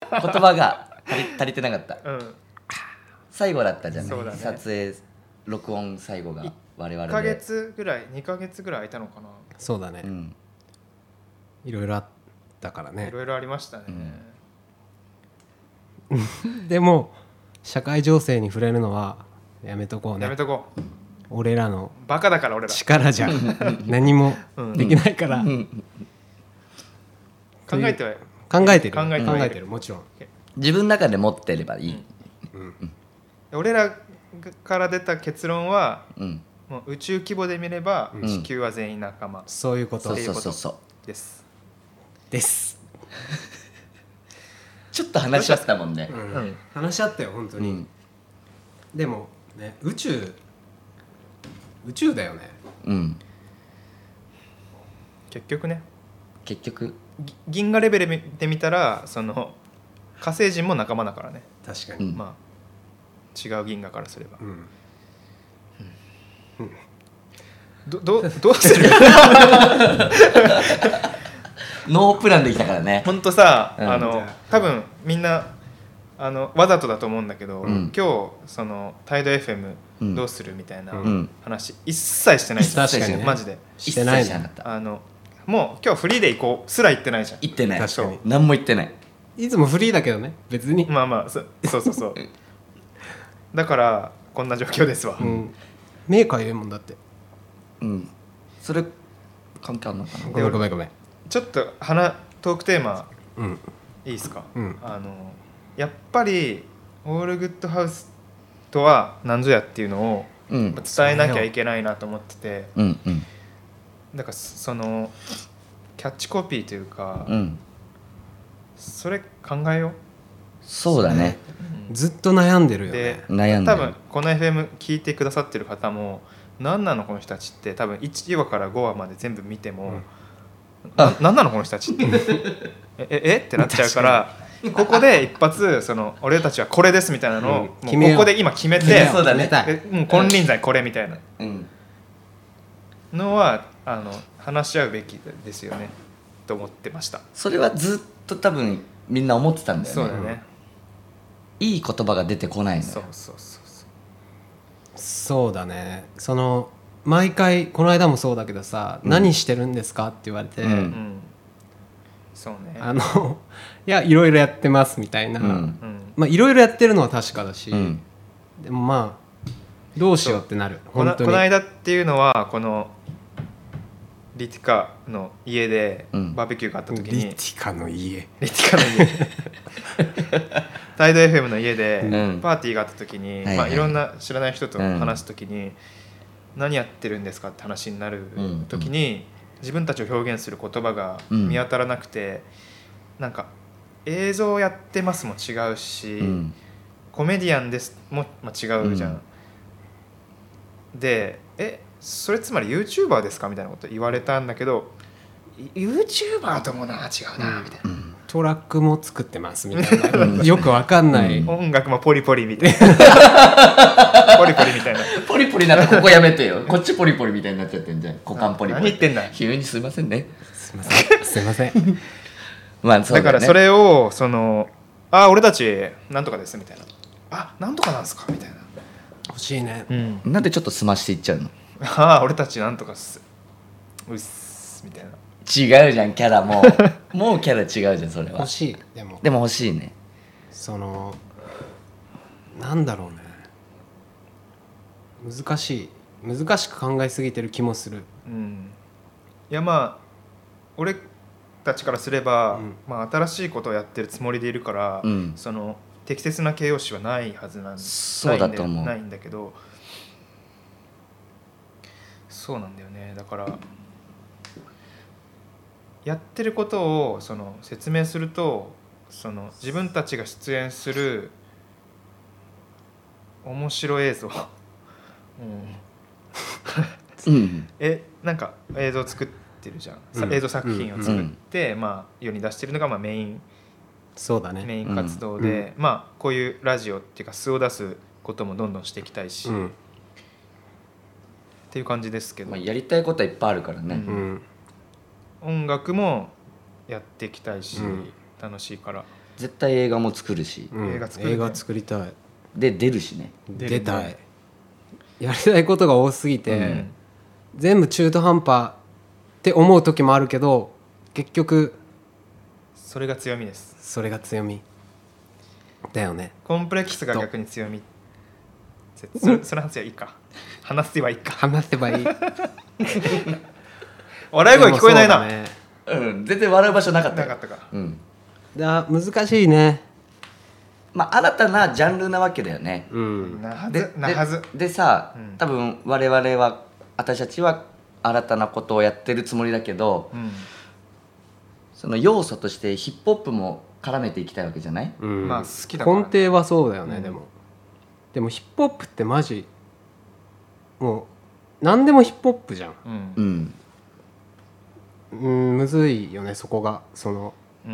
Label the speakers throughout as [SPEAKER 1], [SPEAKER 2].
[SPEAKER 1] 言葉が足り足りてなかった
[SPEAKER 2] うん
[SPEAKER 1] 最後だったじゃな
[SPEAKER 2] そうだ
[SPEAKER 1] い、
[SPEAKER 2] ね
[SPEAKER 1] 撮影録音最後が我々
[SPEAKER 2] 1
[SPEAKER 1] で
[SPEAKER 2] ヶ月ぐらい2ヶ月ぐらい空いたのかな
[SPEAKER 3] そうだね、
[SPEAKER 1] うん
[SPEAKER 3] いろいろあったから
[SPEAKER 2] い
[SPEAKER 3] ね
[SPEAKER 2] ろいろありましたね、
[SPEAKER 1] うん
[SPEAKER 3] でも社会情勢に触れるのはやめとこう
[SPEAKER 2] やめ
[SPEAKER 3] ね
[SPEAKER 2] とこう
[SPEAKER 3] 俺らの
[SPEAKER 2] バカだから俺ら
[SPEAKER 3] 力じゃ 何もできないから、
[SPEAKER 1] うん
[SPEAKER 2] 考えては
[SPEAKER 3] 考えてる
[SPEAKER 2] 考えてる
[SPEAKER 3] 考えてるもちろん
[SPEAKER 1] 自分の中で持ってればいい、
[SPEAKER 2] 俺らから出た結論は
[SPEAKER 1] うん、
[SPEAKER 2] もう宇宙規模で見れば
[SPEAKER 1] ん
[SPEAKER 2] 地球は全員仲間
[SPEAKER 3] そういうこ
[SPEAKER 1] そ
[SPEAKER 3] と
[SPEAKER 1] う
[SPEAKER 2] ていう
[SPEAKER 1] そう
[SPEAKER 2] こと
[SPEAKER 1] そうそう
[SPEAKER 2] です、
[SPEAKER 3] です、
[SPEAKER 1] ちょっと話し合ったもんね
[SPEAKER 3] う、ん
[SPEAKER 2] うん
[SPEAKER 3] 話し合ったよ本当
[SPEAKER 1] う
[SPEAKER 3] に、
[SPEAKER 1] ん
[SPEAKER 3] でもね宇宙宇宙だよね
[SPEAKER 1] うん、
[SPEAKER 2] 結局ね
[SPEAKER 1] 結局
[SPEAKER 2] ぎ銀河レベルで見たらその火星人も仲間だからね、
[SPEAKER 3] 確か
[SPEAKER 1] う
[SPEAKER 3] に、
[SPEAKER 1] ん
[SPEAKER 2] まあ違う銀河からすれば
[SPEAKER 3] うん
[SPEAKER 2] どどどうする
[SPEAKER 1] ノープランできたからね
[SPEAKER 2] ほんとさ、
[SPEAKER 1] うん
[SPEAKER 2] あの多分みんなあのわざとだと思うんだけど、
[SPEAKER 1] うん
[SPEAKER 2] 今日そのタイド FM
[SPEAKER 1] うん
[SPEAKER 2] どうするみたいな
[SPEAKER 1] うん
[SPEAKER 2] 話、一切してないじゃん
[SPEAKER 3] 確かにね
[SPEAKER 2] マジで
[SPEAKER 3] してない
[SPEAKER 1] 一切しなか
[SPEAKER 3] ね
[SPEAKER 1] った
[SPEAKER 2] あのもう今日フリーで行こうすら言ってないじゃん
[SPEAKER 1] 行ってない
[SPEAKER 3] 確かに
[SPEAKER 1] 何も言ってない
[SPEAKER 3] いつもフリーだけどね別に、
[SPEAKER 2] まあまあそそうそう そうだからこんな状況ですわ、
[SPEAKER 3] うん、目かゆいもんだって
[SPEAKER 1] うんそれ関係あんのかな
[SPEAKER 3] ごめんごめんごめん
[SPEAKER 2] ちょっと話トークテーマ
[SPEAKER 3] うん
[SPEAKER 2] いいですか、
[SPEAKER 3] うん
[SPEAKER 2] あのやっぱりオールグッドハウスとは何ぞやっていうのを
[SPEAKER 1] うん
[SPEAKER 2] 伝えなきゃいけないなと思ってて
[SPEAKER 1] うんうん
[SPEAKER 2] だからそのキャッチコピーというか、
[SPEAKER 1] うん
[SPEAKER 2] それ考えよ
[SPEAKER 1] そうだね
[SPEAKER 3] ずっと悩んでる
[SPEAKER 2] う
[SPEAKER 3] よ
[SPEAKER 2] で
[SPEAKER 3] ね
[SPEAKER 1] 悩んで
[SPEAKER 2] 多
[SPEAKER 1] る
[SPEAKER 2] 分この FM 聞いてくださってる方も何なのこの人たちって多分1話から5話まで全部見ても、
[SPEAKER 3] うん
[SPEAKER 2] な何なのこの人たちってえええってなっちゃうからここで一発その俺たちはこれですみたいなのを、
[SPEAKER 3] うん決
[SPEAKER 2] も
[SPEAKER 3] め
[SPEAKER 2] う
[SPEAKER 3] よう
[SPEAKER 2] ここで今決めて
[SPEAKER 3] 決めよ
[SPEAKER 1] そうだね
[SPEAKER 3] 決めたい
[SPEAKER 2] えもう金輪際これみたいな
[SPEAKER 1] うん
[SPEAKER 2] のはあの話し合うべきですよねと思ってました、
[SPEAKER 1] それはずっと多分みんな思ってたんだよね
[SPEAKER 2] そうだね、
[SPEAKER 1] いい言葉が出てこないのよ
[SPEAKER 2] そうそうそうそう
[SPEAKER 3] そうだねその毎回この間もそうだけどさ「
[SPEAKER 1] うん
[SPEAKER 3] 何してるんですか?」って言われて、
[SPEAKER 1] うん
[SPEAKER 2] うんそうね
[SPEAKER 3] あの 「いやいろいろやってます」みたいな、
[SPEAKER 1] うん
[SPEAKER 2] うん
[SPEAKER 3] まあいろいろやってるのは確かだし、
[SPEAKER 1] うん
[SPEAKER 3] でもまあどうしようってなる
[SPEAKER 2] この
[SPEAKER 3] 本当
[SPEAKER 2] こ
[SPEAKER 3] に
[SPEAKER 2] の間っていうのはこのリティカの家で
[SPEAKER 1] うん
[SPEAKER 2] バーベキューがあった時
[SPEAKER 3] リ
[SPEAKER 2] に、
[SPEAKER 3] ティカの家
[SPEAKER 2] リティカの家タイド FM の家で
[SPEAKER 1] うん
[SPEAKER 2] パーティーがあった時に、
[SPEAKER 1] はい
[SPEAKER 2] ま
[SPEAKER 1] は
[SPEAKER 2] あ、
[SPEAKER 1] い
[SPEAKER 2] いろんな知らない人と話す時に、何やってるんですかって話になる
[SPEAKER 1] うん
[SPEAKER 2] 時に、自分たちを表現する言葉が見当たらなくて、なんか映像やってますも違うし、
[SPEAKER 1] うん
[SPEAKER 2] コメディアンですも、まあ、違うじゃん、でえそれつまり YouTuber ですかみたいなこと言われたんだけど YouTuber ともな違うなみたいな。
[SPEAKER 3] トラックも作ってますみたいなよくわかんない、
[SPEAKER 1] うん
[SPEAKER 2] 音楽もポリポリみ たいなポリポリみたいな
[SPEAKER 1] ポリポリならここやめてよこ っちポリポリみたいになっちゃってんじゃん股間ポリポリ
[SPEAKER 2] 何言ってんだ
[SPEAKER 1] 急にすいませんね
[SPEAKER 3] すいませんすいません
[SPEAKER 1] まあそう
[SPEAKER 2] だ
[SPEAKER 1] だ,、ね、
[SPEAKER 2] からそれをその「あ俺たちなんとかです」みたいな「あなんとかなんすか」みたいな
[SPEAKER 3] 欲しいね
[SPEAKER 2] 「うん、
[SPEAKER 1] なんでちょっと済ましていっちゃうの
[SPEAKER 2] ああ俺たちなんとかっす」うっすみたいな
[SPEAKER 1] 違うじゃんキャラもう もうキャラ違うじゃんそれは
[SPEAKER 3] 欲しいでも
[SPEAKER 1] でも欲しいね
[SPEAKER 3] そのなんだろうね難しい難しく考えすぎてる気もする
[SPEAKER 2] うんいやまあ俺たちからすれば、
[SPEAKER 3] うん
[SPEAKER 2] まあ、新しいことをやってるつもりでいるから、
[SPEAKER 1] うん
[SPEAKER 2] その適切な形容詞はないはずなん
[SPEAKER 1] そうだと思う
[SPEAKER 2] ないんだよないんだけどそうなんだよねだからやってることをその説明するとその自分たちが出演する面白映像、うん、
[SPEAKER 1] うん
[SPEAKER 2] えなんか映像作ってるじゃん、さ
[SPEAKER 3] うん
[SPEAKER 2] 映像作品を作って、まあ、世に出してるのがまあメイン
[SPEAKER 3] そうだね
[SPEAKER 2] メイン活動で、まあこういうラジオっていうか素を出すこともどんどんしていきたいし、
[SPEAKER 3] う
[SPEAKER 2] っ
[SPEAKER 3] ん、
[SPEAKER 2] ていう感じですけど、
[SPEAKER 1] まあ、やりたいことはいっぱいあるからね、
[SPEAKER 2] うん
[SPEAKER 3] うん、
[SPEAKER 2] 音楽もやっていきたいし、
[SPEAKER 3] うん
[SPEAKER 2] 楽しいから
[SPEAKER 1] 絶対映画も作るし
[SPEAKER 3] うん
[SPEAKER 2] 映画作るね
[SPEAKER 3] 映画作りたい
[SPEAKER 1] で出るしね
[SPEAKER 2] 出る
[SPEAKER 3] 出たいやりたいことが多すぎて、
[SPEAKER 1] うん
[SPEAKER 3] 全部中途半端って思う時もあるけど結局
[SPEAKER 2] それが強みです
[SPEAKER 3] それが強みだよね
[SPEAKER 2] コンプレックスが逆に強みせそれその話はいいか話せばいいか
[SPEAKER 3] 話 せばいい
[SPEAKER 2] 笑い声聞こえないな、
[SPEAKER 3] でもそうだね
[SPEAKER 1] うん全然笑う場所なかった
[SPEAKER 2] な
[SPEAKER 1] よ
[SPEAKER 2] かったか
[SPEAKER 1] うん
[SPEAKER 3] だ難しいね
[SPEAKER 1] まあ新たなジャンルなわけだよね
[SPEAKER 3] うん
[SPEAKER 2] なは
[SPEAKER 1] で
[SPEAKER 2] ずなはず
[SPEAKER 1] ででさ、
[SPEAKER 2] うん
[SPEAKER 1] 多分我々は私たちは新たなことをやってるつもりだけど
[SPEAKER 2] うん
[SPEAKER 1] その要素としてヒップホップも絡めていきたいわけじゃない
[SPEAKER 3] うん
[SPEAKER 2] まあ好きだから
[SPEAKER 3] 根底はそうだよね、
[SPEAKER 2] うん
[SPEAKER 3] でもでもヒップホップってマジもう何でもヒップホップじゃん
[SPEAKER 2] うん
[SPEAKER 1] う、ん
[SPEAKER 3] うんむずいよねそこがその
[SPEAKER 2] うん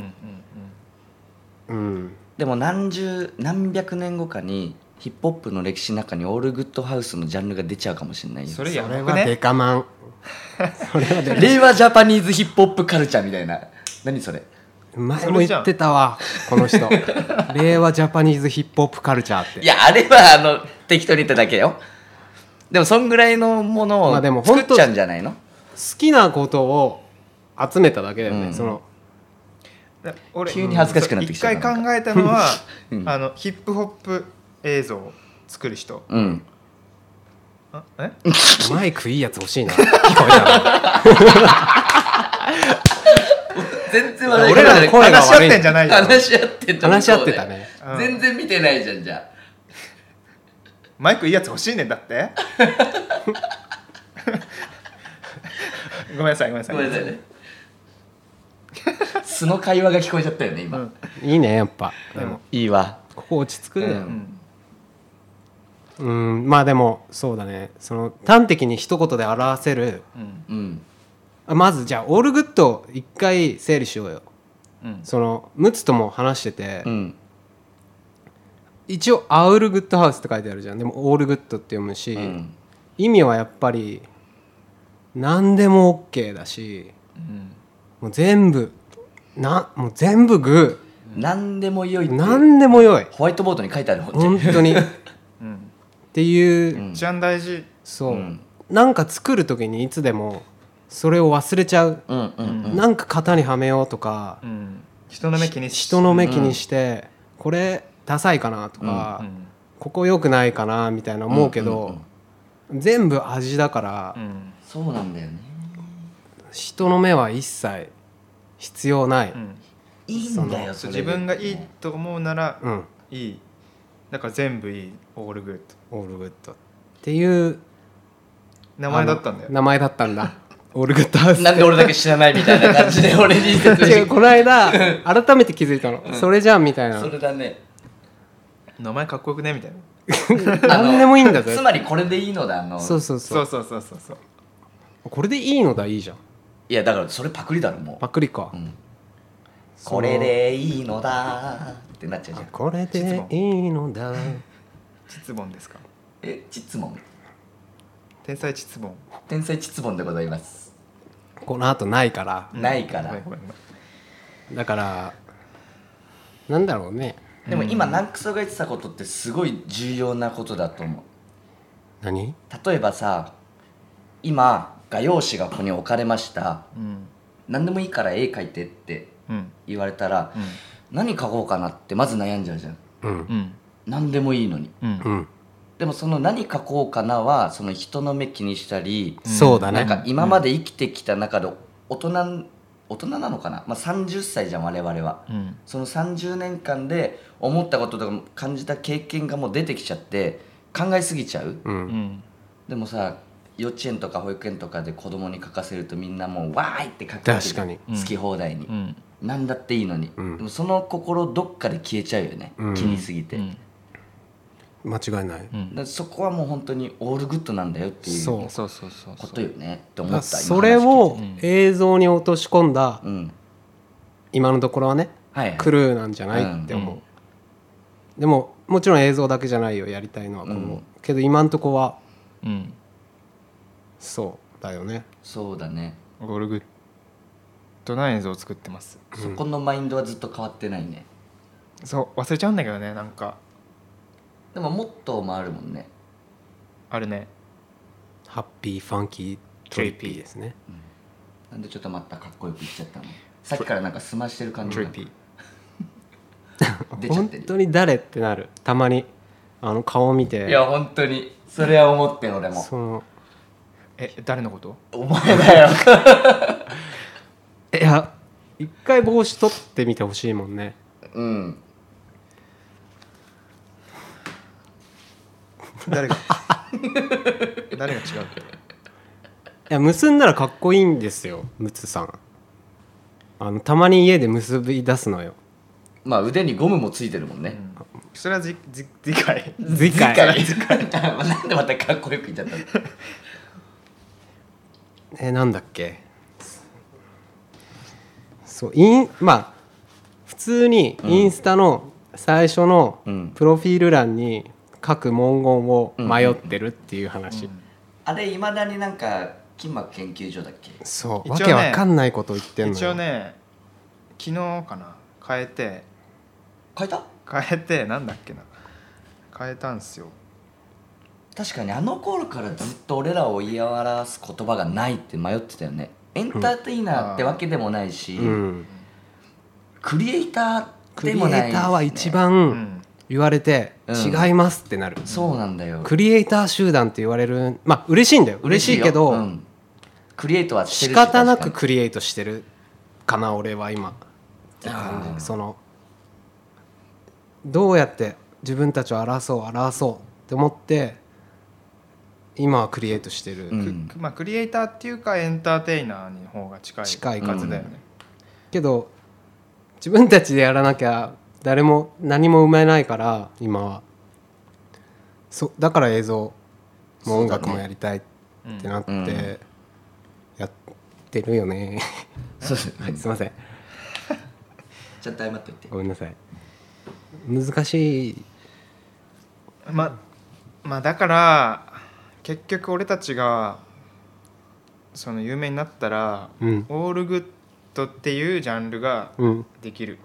[SPEAKER 2] うん
[SPEAKER 3] うん
[SPEAKER 1] でも何十何百年後かにヒップホップの歴史の中にオールグッドハウスのジャンルが出ちゃうかもしれな
[SPEAKER 2] う
[SPEAKER 1] い
[SPEAKER 2] ん、
[SPEAKER 1] よ
[SPEAKER 2] それや
[SPEAKER 3] それ
[SPEAKER 2] ばく
[SPEAKER 3] はデ
[SPEAKER 2] ね
[SPEAKER 3] カマ ンそれはデ
[SPEAKER 1] 令和ジャパニーズヒップホップカルチャーみたいな何それ
[SPEAKER 3] 前も言ってたわこの人令和ジャパニーズヒップホップカルチャーって
[SPEAKER 1] いやあれはあの適当に言っただけよでもそんぐらいのもの
[SPEAKER 3] まあで
[SPEAKER 1] を
[SPEAKER 3] も
[SPEAKER 1] 作
[SPEAKER 3] 本
[SPEAKER 1] っ
[SPEAKER 3] 当
[SPEAKER 1] ちゃうんじゃないの、
[SPEAKER 3] 好きなことを集めただけだよね、
[SPEAKER 1] うん
[SPEAKER 3] その
[SPEAKER 2] で俺
[SPEAKER 1] 急に恥ずかしくなってきちゃった
[SPEAKER 2] 一回考えたのは、
[SPEAKER 1] うん
[SPEAKER 2] あのヒップホップ映像を作る人
[SPEAKER 1] うん
[SPEAKER 2] あえ
[SPEAKER 3] マイクいいやつ欲しい な聞こえたな
[SPEAKER 1] 全然
[SPEAKER 3] 笑
[SPEAKER 1] 笑
[SPEAKER 3] い方俺らの声が
[SPEAKER 2] 話し合っ
[SPEAKER 3] 悪い
[SPEAKER 2] てんじゃないよ
[SPEAKER 1] 話し合ってんじゃん
[SPEAKER 3] 話し合ってたね
[SPEAKER 1] そうだよ全然見てないじゃんじゃ
[SPEAKER 2] マイクいいやつ欲しいねんだって ごめんなさいごめ
[SPEAKER 1] あ
[SPEAKER 2] んなさい
[SPEAKER 1] ごめんなさいね素の会話が聞こえちゃったよね
[SPEAKER 2] う
[SPEAKER 1] 今、
[SPEAKER 2] ん
[SPEAKER 3] いいねやっぱ
[SPEAKER 2] でも
[SPEAKER 1] いいわ
[SPEAKER 3] ここ落ち着くんだよ、
[SPEAKER 1] う
[SPEAKER 2] うん
[SPEAKER 3] うん、まあでもそうだねその端的に一言で表せる
[SPEAKER 2] うん
[SPEAKER 1] うん
[SPEAKER 3] あまずじゃあオールグッドを一回整理しようよ
[SPEAKER 2] うん
[SPEAKER 3] そのムツとも話してて、
[SPEAKER 1] うん
[SPEAKER 3] 一応「アウルグッドハウス」って書いてあるじゃんでも「オールグッド」って読むし、
[SPEAKER 1] うん
[SPEAKER 3] 意味はやっぱり何でも OK だし
[SPEAKER 2] うん
[SPEAKER 3] もう全部なもう全部グ
[SPEAKER 1] 何でも良いっ
[SPEAKER 3] ー
[SPEAKER 1] て
[SPEAKER 3] 何でもよい
[SPEAKER 1] ホワイトボードに書いてあるもんね
[SPEAKER 3] 本 当にっ
[SPEAKER 2] うん
[SPEAKER 3] ていう、
[SPEAKER 1] うん
[SPEAKER 2] 一番大事
[SPEAKER 3] そう、
[SPEAKER 1] うん
[SPEAKER 3] なんか作る時にいつでもそれを忘れちゃう、
[SPEAKER 1] うんうんうん
[SPEAKER 3] なんか型にはめようとか、
[SPEAKER 2] うん人の目気にし
[SPEAKER 3] 人の目気にして、これダサいかなとか、
[SPEAKER 2] うん
[SPEAKER 3] ここ良くないかなみたいな思うけど、
[SPEAKER 1] うんうん
[SPEAKER 3] 全部味だから、
[SPEAKER 2] うん
[SPEAKER 1] そうなんだよね
[SPEAKER 3] 人の目は一切必要ない、
[SPEAKER 2] う
[SPEAKER 3] うん
[SPEAKER 2] ん
[SPEAKER 1] いいんだよ
[SPEAKER 2] そ
[SPEAKER 1] そうれ
[SPEAKER 2] 自分がいいと思うなら
[SPEAKER 3] うん、
[SPEAKER 2] いいだから全部いいオールグッド
[SPEAKER 3] オールグッドっていう
[SPEAKER 2] 名前だったんだ
[SPEAKER 3] あの
[SPEAKER 2] よ
[SPEAKER 3] 名前だったんだオールグッドハウス
[SPEAKER 1] なんで俺だけ知らないみたいな感じで俺に説明
[SPEAKER 3] 違う
[SPEAKER 1] して
[SPEAKER 3] この間改めて気づいたの、それじゃんみたいな
[SPEAKER 1] それだね
[SPEAKER 2] 名前かっこよくねみたいな
[SPEAKER 3] 何でもいいんだぜ
[SPEAKER 1] つまりこれでいいのだあの
[SPEAKER 3] そうそうそ
[SPEAKER 2] そううそうそうそうそう
[SPEAKER 3] これでいいのだいいじゃん
[SPEAKER 1] いやだからそれパクリだろもう
[SPEAKER 3] パクリか、
[SPEAKER 1] うん
[SPEAKER 3] その
[SPEAKER 1] これでいいのだってなっちゃうじゃん
[SPEAKER 3] これでいいのだ
[SPEAKER 2] 秩ボンですか
[SPEAKER 1] え質問
[SPEAKER 2] 天才秩ボン
[SPEAKER 1] 天才質問でございます
[SPEAKER 3] この後ないから
[SPEAKER 1] ないか
[SPEAKER 2] ごめ
[SPEAKER 1] ら
[SPEAKER 2] んごめんごめん
[SPEAKER 3] だからなんだろうね
[SPEAKER 1] でも今ナンクソが言ってたことってすごい重要なことだと思う
[SPEAKER 3] 何
[SPEAKER 1] 例えばさ今画用紙がここに置かれました
[SPEAKER 2] うん
[SPEAKER 1] 何でもいいから絵描いてって
[SPEAKER 2] うん
[SPEAKER 1] 言われたら、
[SPEAKER 2] うん
[SPEAKER 1] 何描こうかなってまず悩んじゃうじゃん
[SPEAKER 3] う
[SPEAKER 2] う
[SPEAKER 3] ん
[SPEAKER 2] ん
[SPEAKER 1] 何でもいいのに
[SPEAKER 2] うん
[SPEAKER 3] うん
[SPEAKER 1] でもその何描こうかなはその人の目気にしたり、
[SPEAKER 3] そうだ
[SPEAKER 1] なん
[SPEAKER 3] ね
[SPEAKER 1] か今まで生きてきた中で大人大人なのかな、まあ、30歳じゃん我々は
[SPEAKER 2] うん
[SPEAKER 1] その30年間で思ったこととか感じた経験がもう出てきちゃって考えすぎちゃう
[SPEAKER 3] う
[SPEAKER 2] うんん
[SPEAKER 1] でもさ幼稚園とか保育園とかで子供に書かせるとみんなもう「わーい!」って書くわけ
[SPEAKER 3] 確かに
[SPEAKER 1] 好き放題に、
[SPEAKER 2] うん
[SPEAKER 1] 何だっていいのに、
[SPEAKER 3] うん
[SPEAKER 1] でもその心どっかで消えちゃうよね、
[SPEAKER 3] うん
[SPEAKER 1] 気にすぎて、
[SPEAKER 2] うん
[SPEAKER 3] 間違いない
[SPEAKER 2] うん
[SPEAKER 1] だからそこはもう本当にオールグッドなんだよっていう
[SPEAKER 3] そう
[SPEAKER 2] そうそうそう
[SPEAKER 1] こ
[SPEAKER 2] そ
[SPEAKER 1] と
[SPEAKER 2] う
[SPEAKER 1] よねって思った
[SPEAKER 3] それを映像に落とし込んだ
[SPEAKER 1] 今の話聞いてうん
[SPEAKER 3] 今のところはね
[SPEAKER 1] はいはい
[SPEAKER 3] クルーなんじゃないって思う、でももちろん映像だけじゃないよやりたいのはこの、
[SPEAKER 1] うん
[SPEAKER 3] けど今のとこは
[SPEAKER 2] うん
[SPEAKER 3] そうだよね
[SPEAKER 1] そうだね、
[SPEAKER 2] オールグッドな映像を作ってます
[SPEAKER 1] そこのマインドはずっと変わってないね
[SPEAKER 2] そう忘れちゃうんだけどねなんか
[SPEAKER 1] でもモットーもあるもんね
[SPEAKER 2] あるね
[SPEAKER 3] ハッピーファンキートリッピーですね
[SPEAKER 1] なんでちょっとまたかっこよく言っちゃったのさっきからなんか済ましてる感じ
[SPEAKER 2] ト
[SPEAKER 1] が
[SPEAKER 2] リピー
[SPEAKER 1] 出ちゃっ
[SPEAKER 3] 本
[SPEAKER 1] てる
[SPEAKER 3] 当に誰ってなるたまにあの顔見て
[SPEAKER 1] いや本当にそれは思ってん俺も
[SPEAKER 3] その
[SPEAKER 2] え誰のこと
[SPEAKER 1] お前だよ
[SPEAKER 3] いや一回帽子取ってみてほしいもんね
[SPEAKER 1] うん
[SPEAKER 2] 誰が誰が違うって
[SPEAKER 3] いや結んだらかっこいいんですよムツさんあのたまに家で結び出すのよ
[SPEAKER 1] まあ腕にゴムもついてるもんね、
[SPEAKER 2] それはじじ次回
[SPEAKER 3] 次回
[SPEAKER 1] 次回なんでまたかっこよく言っちゃったの
[SPEAKER 3] えーなんだっけそうインまあ普通にインスタの最初の
[SPEAKER 1] うん
[SPEAKER 3] プロフィール欄に書く文言を迷ってるっていう話、
[SPEAKER 1] あれいまだになんか筋膜研究所だっけ
[SPEAKER 3] そ
[SPEAKER 2] 一応
[SPEAKER 3] う、わ
[SPEAKER 2] ね
[SPEAKER 3] けわかんないことを言ってんのよ
[SPEAKER 2] 一応ね昨日かな変えて
[SPEAKER 1] 変えた
[SPEAKER 2] 変えてなんだっけな変えたんすよ
[SPEAKER 1] 確かにあの頃からずっと俺らを言い表す言葉がないって迷ってたよねエンターテイナーってわけでもないし、
[SPEAKER 3] うん、
[SPEAKER 1] クリエイター
[SPEAKER 3] クリ
[SPEAKER 1] で
[SPEAKER 3] エイ
[SPEAKER 1] もないしね
[SPEAKER 3] ターは一
[SPEAKER 2] う
[SPEAKER 3] 番
[SPEAKER 2] ん
[SPEAKER 3] 言われて
[SPEAKER 1] うん
[SPEAKER 3] 違いますってなる、
[SPEAKER 1] そうなんだよ
[SPEAKER 3] クリエイター集団って言われるまあ嬉しいんだよ嬉しいけど、
[SPEAKER 1] ようんクリエイトはして
[SPEAKER 3] 仕
[SPEAKER 1] るし
[SPEAKER 3] 方なく
[SPEAKER 1] 確か
[SPEAKER 3] クリエイトしてるかな俺は今って
[SPEAKER 1] あ
[SPEAKER 3] 感
[SPEAKER 1] ー
[SPEAKER 3] じそのどうやって自分たちを表そう表そうって思って今はクリエイトしてる、
[SPEAKER 1] にうん
[SPEAKER 2] まあクリエイターっていうかエンターテイナーの方が近い
[SPEAKER 3] 近い
[SPEAKER 2] 感じだよね、
[SPEAKER 3] けど自分たちでやらなきゃ誰も何も生まれないから今はそだから映像も音楽もやりたいってなっ
[SPEAKER 1] そうだね
[SPEAKER 3] てやってるよね、
[SPEAKER 1] そう ですね
[SPEAKER 3] すいません
[SPEAKER 1] ちゃんと謝っといて
[SPEAKER 3] ごめんなさい難しい
[SPEAKER 2] ままあだから結局俺たちがその有名になったら、
[SPEAKER 3] うん
[SPEAKER 2] オールグッドっていうジャンルが
[SPEAKER 3] うん
[SPEAKER 2] できる、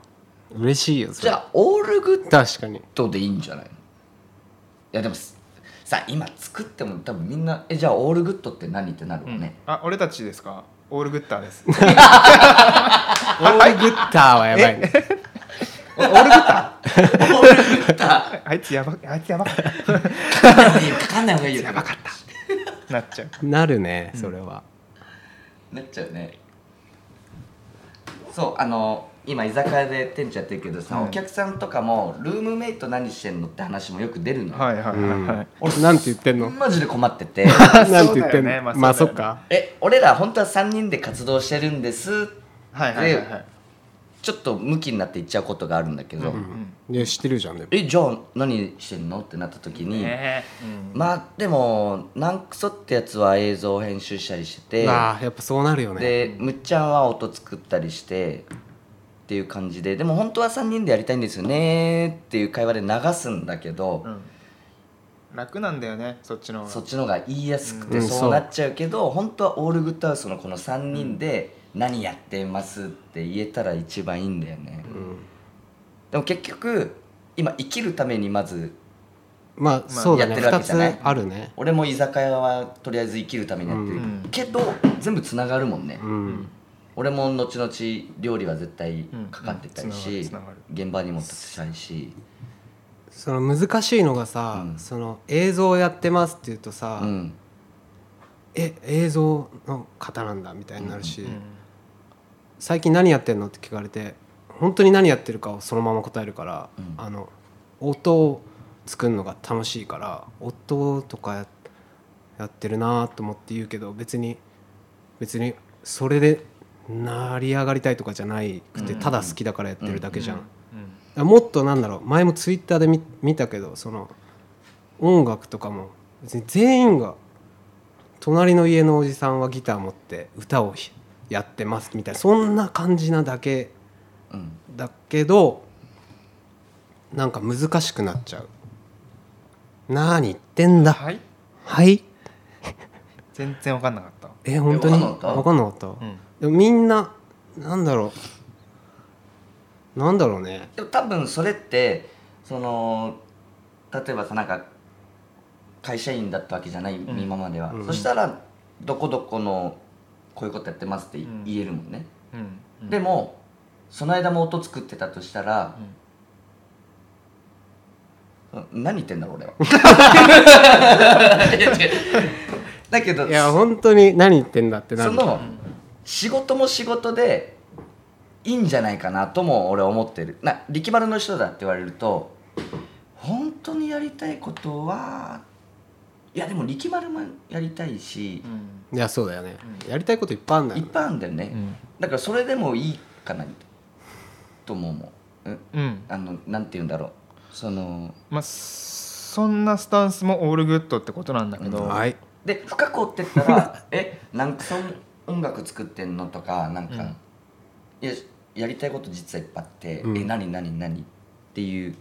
[SPEAKER 3] 嬉しいよそ
[SPEAKER 1] じ
[SPEAKER 3] れ
[SPEAKER 1] ゃあオールグッ
[SPEAKER 3] 確かに
[SPEAKER 1] ドでいいんじゃないのいやでもすさ今作っても多分みんなえじゃあオールグッドって何ってなるもんね、
[SPEAKER 2] あ俺たちですかオールグッター です
[SPEAKER 3] オールグッターはやばいね
[SPEAKER 2] おオールグッタ
[SPEAKER 1] オールグッドか
[SPEAKER 2] ーあいつやばあいつやば
[SPEAKER 1] かんない方がいいよかかんない方がいいよやばかっ
[SPEAKER 2] なっちゃう
[SPEAKER 3] なるねそれは
[SPEAKER 1] たなっちゃうね そうあの今居酒屋で店長やってるけどさ、
[SPEAKER 2] うん
[SPEAKER 1] お客さんとかもルームメイト何してんのって話もよく出るのよ、
[SPEAKER 2] はいはいはいはい、
[SPEAKER 3] 俺なんて言って んの
[SPEAKER 1] マジで困ってて
[SPEAKER 3] なんて言っ
[SPEAKER 2] そう
[SPEAKER 3] てん
[SPEAKER 2] だ
[SPEAKER 3] の
[SPEAKER 2] よねまあ
[SPEAKER 3] まあ
[SPEAKER 2] そ
[SPEAKER 3] そ
[SPEAKER 2] う
[SPEAKER 3] っ
[SPEAKER 2] だよ
[SPEAKER 3] か
[SPEAKER 1] え俺ら本当は3人で活動してるんです
[SPEAKER 2] はいはいはいはい
[SPEAKER 1] ちょっとムキになって言っちゃうことがあるんだけど、
[SPEAKER 2] うん
[SPEAKER 3] いや知ってるじゃんでも
[SPEAKER 1] えじゃあ何してんのってなった時に、
[SPEAKER 2] ねえうん
[SPEAKER 1] まあでも南クソってやつは映像を編集したりして
[SPEAKER 3] ああやっぱそうなるよね
[SPEAKER 1] てでむっちゃんは音作ったりしてっていう感じででも本当は3人でやりたいんですよねっていう会話で流すんだけど、
[SPEAKER 2] うん楽なんだよねそっちの方が
[SPEAKER 1] そっちの方が言いやすく
[SPEAKER 3] う
[SPEAKER 1] て
[SPEAKER 3] ん
[SPEAKER 1] そうなっちゃうけど、本当はオールグッドハウスのこの3人で何やってますって言えたら一番いいんだよね、
[SPEAKER 3] うん
[SPEAKER 1] でも結局今生きるためにまず
[SPEAKER 3] まあそうだね
[SPEAKER 1] やってるわ
[SPEAKER 3] 2
[SPEAKER 1] けじ
[SPEAKER 3] つ
[SPEAKER 1] ゃない
[SPEAKER 3] あるね
[SPEAKER 1] 俺も居酒屋はとりあえず生きるためにやってる、
[SPEAKER 2] うん
[SPEAKER 1] けど全部つながるもんね、
[SPEAKER 3] うん
[SPEAKER 1] 俺も後々料理は絶対
[SPEAKER 2] うん
[SPEAKER 1] かかってたり
[SPEAKER 2] うん
[SPEAKER 1] し、
[SPEAKER 2] つながる
[SPEAKER 1] 現場にも立ちたいし、
[SPEAKER 3] その難しいのがさ
[SPEAKER 1] うん
[SPEAKER 3] その映像をやってますって言うと
[SPEAKER 1] う
[SPEAKER 3] さ
[SPEAKER 1] ん、
[SPEAKER 3] え映像の方なんだみたいになるし
[SPEAKER 2] うん
[SPEAKER 3] 最近何やってんのって聞かれて本当に何やってるかをそのまま答えるから、
[SPEAKER 1] うん
[SPEAKER 3] あの音を作るのが楽しいから音とかややってるなと思って言うけど別に別にそれで成り上がりたいとかじゃないくて、
[SPEAKER 2] うん
[SPEAKER 3] ただ好きだからやってるだけじゃん、
[SPEAKER 2] う
[SPEAKER 3] だか
[SPEAKER 2] うん
[SPEAKER 3] らもっとなんだろう前もツイッターで見見たけどその音楽とかも別に全員が隣の家のおじさんはギター持って歌をひやってますみたいなそんな感じなだけ
[SPEAKER 1] うん、
[SPEAKER 3] だけどなんか難しくなっちゃう何言ってんだ
[SPEAKER 2] はい
[SPEAKER 3] はい
[SPEAKER 2] 全然分かんなかった
[SPEAKER 3] え本当に
[SPEAKER 1] わかんなかった
[SPEAKER 3] わかんなかった、
[SPEAKER 2] うん
[SPEAKER 3] でもみんななんだろうなんだろうね
[SPEAKER 1] でも多分それってその例えばさなんか会社員だったわけじゃない、
[SPEAKER 2] ん
[SPEAKER 1] 今までは、
[SPEAKER 3] うん
[SPEAKER 1] そしたらどこどこのこういうことやってますってい言えるもんね、
[SPEAKER 2] うんうん
[SPEAKER 1] でもその間も音作ってたとしたら、うん何言ってんだろう俺 はいや違うだけど
[SPEAKER 3] いや本当に何言ってんだってな
[SPEAKER 1] そ
[SPEAKER 3] る
[SPEAKER 1] の仕事も仕事でいいんじゃないかなとも俺思ってるな力丸の人だって言われると本当にやりたいことはいやでも力丸もやりたいし
[SPEAKER 2] う、ん
[SPEAKER 3] いやそうだよね
[SPEAKER 2] う
[SPEAKER 3] やりたいこといっぱいあんだ
[SPEAKER 1] い
[SPEAKER 3] よ
[SPEAKER 1] っぱいあるんだよね、だからそれでもいいかなとも思ううん
[SPEAKER 2] うんうん
[SPEAKER 1] あのなんて言うんだろうその
[SPEAKER 2] まあそんなスタンスもオールグッドってことなんだけど、
[SPEAKER 1] うん
[SPEAKER 3] はい
[SPEAKER 1] で深く追ってったら「えなんかそん音楽作ってんの?」とかなんか、いややりたいこと実はいっぱいあって「
[SPEAKER 3] うん
[SPEAKER 1] え何何何?」っていう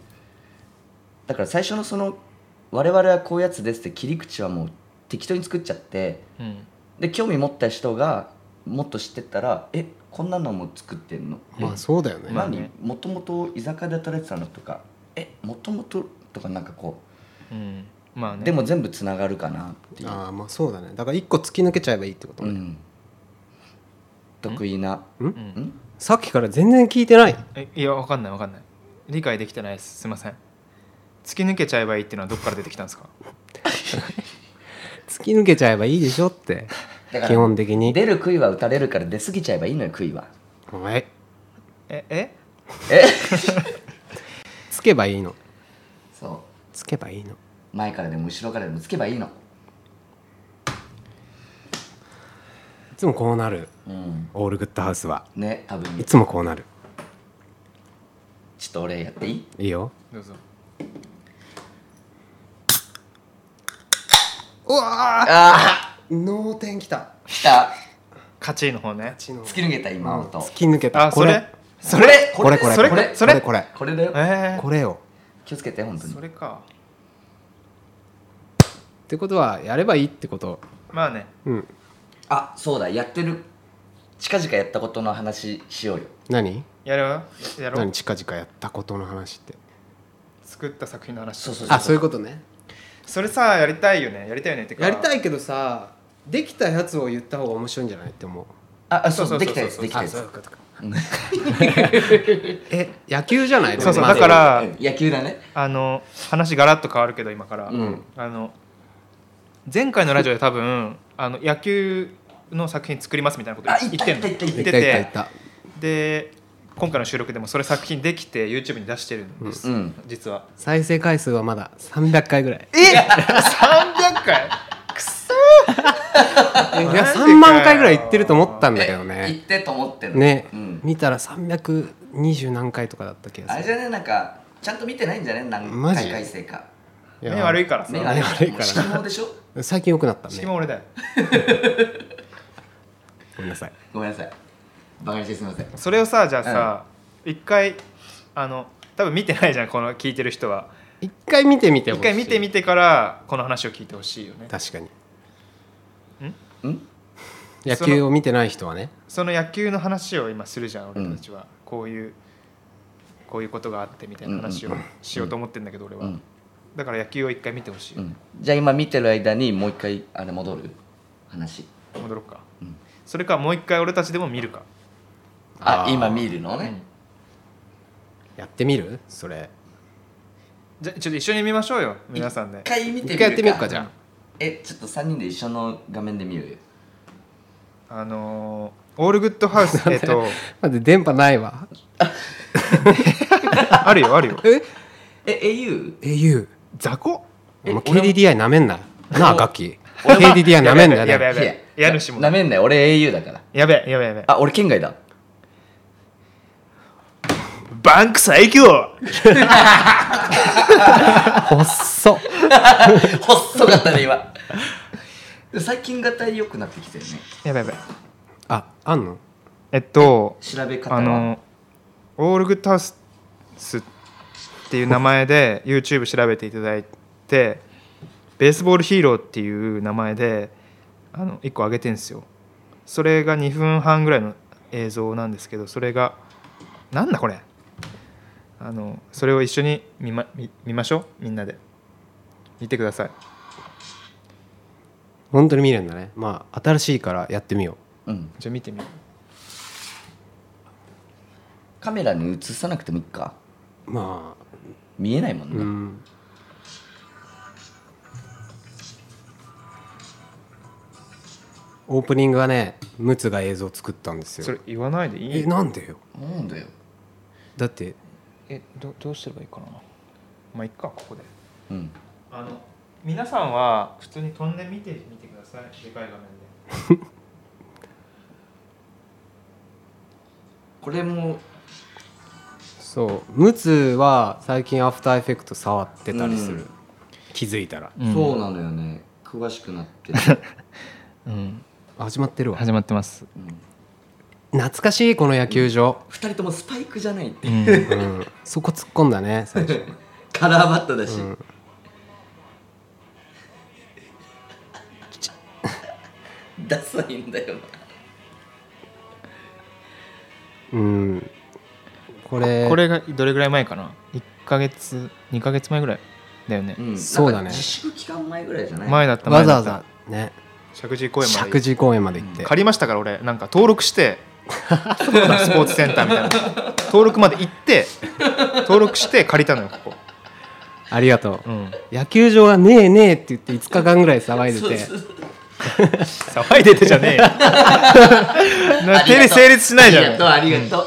[SPEAKER 1] だから最初のその「我々はこういうやつです」って切り口はもう適当に作っちゃって
[SPEAKER 2] うん
[SPEAKER 1] で興味持った人がもっと知ってったら「えこんなのも作ってんの?え」
[SPEAKER 3] まあそうだよね
[SPEAKER 2] まあ
[SPEAKER 1] 何、
[SPEAKER 2] ね
[SPEAKER 1] もともと居酒屋で働いてたのとか「えもともと?」とかなんかこ
[SPEAKER 2] うん、まあ
[SPEAKER 1] う、
[SPEAKER 2] ね
[SPEAKER 1] でも全部つながるかなっていう。
[SPEAKER 3] ああまあそうだねだから一個突き抜けちゃえばいいってこと
[SPEAKER 1] う
[SPEAKER 3] ね
[SPEAKER 1] ん、得意な
[SPEAKER 2] うん
[SPEAKER 1] ん
[SPEAKER 3] さっきから全然聞いてない
[SPEAKER 2] えいやわかんないわかんない理解できてないですすいません突き抜けちゃえばいいっていうのはどっから出てきたんですか
[SPEAKER 3] 突き抜けちゃえばいいでしょって
[SPEAKER 1] だから
[SPEAKER 3] 基本的に
[SPEAKER 1] 出る杭は打たれるから出過ぎちゃえばいいのよ杭は
[SPEAKER 3] はい
[SPEAKER 2] ええ
[SPEAKER 1] え
[SPEAKER 3] つけばいいの
[SPEAKER 1] そ
[SPEAKER 3] つけばいいの
[SPEAKER 1] う前からでも後ろからでもつけばいいの
[SPEAKER 3] いつもこうなる
[SPEAKER 1] うん
[SPEAKER 3] オールグッドハウスは
[SPEAKER 1] ね多
[SPEAKER 3] い
[SPEAKER 1] 分
[SPEAKER 3] つもこうなる
[SPEAKER 1] ちょっと俺やっていい
[SPEAKER 3] いいよ
[SPEAKER 2] どうぞ
[SPEAKER 3] うわ
[SPEAKER 1] ああ
[SPEAKER 3] 脳天きた
[SPEAKER 1] 来た
[SPEAKER 2] 勝ちの方ね
[SPEAKER 1] 突き抜けた今音
[SPEAKER 3] 突き抜けた
[SPEAKER 2] あそれ
[SPEAKER 1] それ
[SPEAKER 3] これこれ
[SPEAKER 1] こ
[SPEAKER 2] そ
[SPEAKER 1] れ
[SPEAKER 2] れ
[SPEAKER 1] これ
[SPEAKER 2] それ
[SPEAKER 3] これ
[SPEAKER 1] これだよ
[SPEAKER 2] えー
[SPEAKER 3] これよ
[SPEAKER 1] 気をつけて本当に
[SPEAKER 2] それか
[SPEAKER 3] ってことはやればいいってこと
[SPEAKER 2] まあね
[SPEAKER 3] うん
[SPEAKER 1] あそうだやってる近々やったことの話しようよ
[SPEAKER 3] 何
[SPEAKER 2] やろうやろ
[SPEAKER 3] 何
[SPEAKER 2] う
[SPEAKER 3] 近々やったことの話って
[SPEAKER 2] 作った作品の話
[SPEAKER 1] そうそう
[SPEAKER 3] あそういうことね
[SPEAKER 2] それさやりたいよねやりたいよねってか
[SPEAKER 3] やりた
[SPEAKER 2] い
[SPEAKER 3] いけどさできたやつを言った方が面白いんじゃないって思う
[SPEAKER 1] ああそう
[SPEAKER 2] そうそ
[SPEAKER 1] で
[SPEAKER 2] うそう
[SPEAKER 1] きたやつ
[SPEAKER 2] そ
[SPEAKER 1] で
[SPEAKER 2] うそう
[SPEAKER 1] きたやつ
[SPEAKER 3] ことか え野球じゃない
[SPEAKER 2] そうそう
[SPEAKER 3] まず
[SPEAKER 2] だから
[SPEAKER 1] うん野球だね
[SPEAKER 2] あの話ガラッと変わるけど今から、
[SPEAKER 1] うん
[SPEAKER 2] あの前回のラジオで多分あの野球の作品作りますみたいなこと
[SPEAKER 1] あ言っ
[SPEAKER 2] 言
[SPEAKER 1] た
[SPEAKER 2] ってんの
[SPEAKER 1] 言った言っ
[SPEAKER 2] 言ったて
[SPEAKER 3] 言った言
[SPEAKER 2] て
[SPEAKER 3] った
[SPEAKER 2] で今回の収録でもそれ作品できて YouTube に出してるんです、
[SPEAKER 1] うん
[SPEAKER 2] 実は
[SPEAKER 3] 再生回数はまだ300回ぐらい
[SPEAKER 2] え300回
[SPEAKER 3] い
[SPEAKER 2] マジ
[SPEAKER 3] や
[SPEAKER 2] かよ
[SPEAKER 3] 3万回ぐらい行ってると思ったんだけど
[SPEAKER 1] え言っ
[SPEAKER 3] ね
[SPEAKER 1] てと思ってんの
[SPEAKER 3] ね、
[SPEAKER 1] うん
[SPEAKER 3] 見たら320何回とかだった気が
[SPEAKER 1] あれ
[SPEAKER 3] す
[SPEAKER 1] じ
[SPEAKER 3] る
[SPEAKER 1] ゃねなんかちゃんと見てないんじゃね何
[SPEAKER 3] マジ
[SPEAKER 1] 回再生か
[SPEAKER 3] いや
[SPEAKER 2] 目悪いからさ
[SPEAKER 1] 目
[SPEAKER 3] 悪い
[SPEAKER 1] 悪いから
[SPEAKER 3] か
[SPEAKER 1] ら色盲でしょ
[SPEAKER 3] 最近良くなった
[SPEAKER 2] し
[SPEAKER 3] ね
[SPEAKER 2] かも俺だよ
[SPEAKER 3] ごめんなさい
[SPEAKER 1] ごめんなさいバカにしてすみません
[SPEAKER 2] それをさじゃあさ一、回あの多分見てないじゃんこの聞いてる人は
[SPEAKER 3] 一回見てみて
[SPEAKER 2] 一回見てみてからこの話を聞いてほしいよね
[SPEAKER 3] 確かに
[SPEAKER 1] んん
[SPEAKER 3] 野球を見てない人はね
[SPEAKER 2] その野球の話を今するじゃん
[SPEAKER 1] うん
[SPEAKER 2] 俺たちは、こういうこういうことがあってみたいな話をしようと思ってんだけど俺は、
[SPEAKER 1] うん
[SPEAKER 2] だから野球を一回見てほしい、
[SPEAKER 1] うんじゃあ今見てる間にもう一回あれ戻る話
[SPEAKER 2] 戻ろうか、
[SPEAKER 1] うん
[SPEAKER 2] それかもう一回俺たちでも見るか、
[SPEAKER 1] あ
[SPEAKER 3] あー
[SPEAKER 1] 今見るのね、
[SPEAKER 3] やってみるそれ
[SPEAKER 2] じゃちょっと一緒に見ましょうよ皆さんで
[SPEAKER 1] 一回見てみる
[SPEAKER 3] 一回やってみようかじゃ
[SPEAKER 1] えちょっと3人で一緒の画面で見ようよ
[SPEAKER 2] あのーオールグッドハウス えっと
[SPEAKER 3] あ待って電波ないわ
[SPEAKER 2] あるよあるよ
[SPEAKER 3] え
[SPEAKER 1] え au?
[SPEAKER 3] au
[SPEAKER 2] 雑魚
[SPEAKER 3] お
[SPEAKER 1] え俺
[SPEAKER 3] 前
[SPEAKER 1] も
[SPEAKER 3] KDDI なめんななあガッキー
[SPEAKER 1] 俺も
[SPEAKER 3] KDDI なめんなよ
[SPEAKER 2] やべやべ
[SPEAKER 3] ね
[SPEAKER 2] やべ家主も
[SPEAKER 1] なめんなよ俺 au だから
[SPEAKER 2] やべえやべえやべえ
[SPEAKER 1] あ俺県 外だ
[SPEAKER 2] バンク最強
[SPEAKER 3] 細っ
[SPEAKER 1] 細かったね今最近型良くなってきてるね
[SPEAKER 2] やべやべ
[SPEAKER 3] ああんの
[SPEAKER 2] えっと
[SPEAKER 1] 調べ方は
[SPEAKER 2] あのオールグッドハウスっていう名前で YouTube 調べていただいてベースボールヒーローっていう名前であの1個上げてんですよそれが2分半ぐらいの映像なんですけどそれがなんだこれあのそれを一緒に見ま見見ましょうみんなで見てください
[SPEAKER 3] 本当に見るんだねまあ新しいからやってみよ
[SPEAKER 1] うん
[SPEAKER 2] じゃあ見てみよ
[SPEAKER 1] カメラに映さなくてもいいか
[SPEAKER 3] うまあ
[SPEAKER 1] 見えないもんね、
[SPEAKER 3] うんオープニングはねムツが映像作ったんです
[SPEAKER 2] うそ
[SPEAKER 3] よ
[SPEAKER 2] れ言わないでい
[SPEAKER 3] え
[SPEAKER 2] い
[SPEAKER 3] なんでよ
[SPEAKER 1] なんだよ
[SPEAKER 3] だって
[SPEAKER 2] えどどうすればいいかなまあいっかここで
[SPEAKER 1] うん
[SPEAKER 2] あの皆さんは普通に飛んで見てみてくださいでかい画面で
[SPEAKER 1] これも
[SPEAKER 3] そうムツは最近アフターエフェクト触ってたりする、
[SPEAKER 1] うん
[SPEAKER 3] 気づいたら
[SPEAKER 1] そうなのよね詳しくな って、
[SPEAKER 2] うん、
[SPEAKER 3] 始まってるわ
[SPEAKER 2] 始まって ます、
[SPEAKER 1] うん、
[SPEAKER 3] 懐かしいこの野球場、
[SPEAKER 1] 2人ともスパイクじゃないって
[SPEAKER 2] うん、
[SPEAKER 3] うん、そこ突っ込んだね最初、
[SPEAKER 1] カラーバットだし、
[SPEAKER 3] うん、
[SPEAKER 1] ダサいんだよ
[SPEAKER 3] うんこれ
[SPEAKER 2] これがどれぐらい前かな1ヶ月2ヶ月前ぐらいだよね、
[SPEAKER 1] な、うん
[SPEAKER 3] そうだね
[SPEAKER 1] なんか自粛期間前ぐらいじゃない
[SPEAKER 2] 前だった
[SPEAKER 3] わ
[SPEAKER 2] 前
[SPEAKER 3] ざ
[SPEAKER 2] だ
[SPEAKER 3] わ
[SPEAKER 2] った
[SPEAKER 3] ざね
[SPEAKER 2] 石神井公園まで
[SPEAKER 3] 石神井公園まで行って、
[SPEAKER 2] 借りましたから俺なんか登録してスポーツセンターみたいな登録まで行って登録して借りたのよここ、
[SPEAKER 3] ありがとう、
[SPEAKER 2] うん、
[SPEAKER 3] 野球場はねえねえって言って5日間ぐらい騒いで
[SPEAKER 1] そう
[SPEAKER 3] て
[SPEAKER 1] そう
[SPEAKER 2] 騒いでてじゃねえよ な手に成立しないじゃん
[SPEAKER 1] ありがとうありがとう、
[SPEAKER 3] い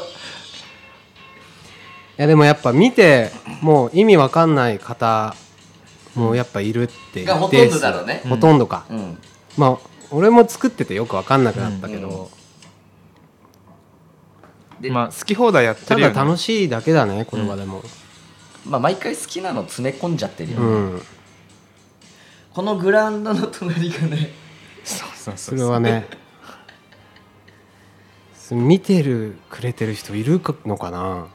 [SPEAKER 3] やでもやっぱ見てもう意味わかんない方もうやっぱいるって
[SPEAKER 1] がほと
[SPEAKER 3] で
[SPEAKER 1] ん
[SPEAKER 3] す
[SPEAKER 1] どだろうね
[SPEAKER 3] ほとんどか、
[SPEAKER 1] うん
[SPEAKER 3] まあ俺も作っててよくわかんなくなったけど、
[SPEAKER 1] うんうんで
[SPEAKER 2] まあ好き放題やって
[SPEAKER 3] た
[SPEAKER 2] るよ、
[SPEAKER 3] だ
[SPEAKER 2] ね、
[SPEAKER 3] 楽しいだけだねこれはでも
[SPEAKER 1] まあ毎回好きなの詰め込んじゃってるよ、
[SPEAKER 3] う
[SPEAKER 1] ね
[SPEAKER 3] ん、
[SPEAKER 1] このグラウンドの隣がね
[SPEAKER 2] そうそうそ
[SPEAKER 3] そうれはねそ見てるくれてる人いるのかな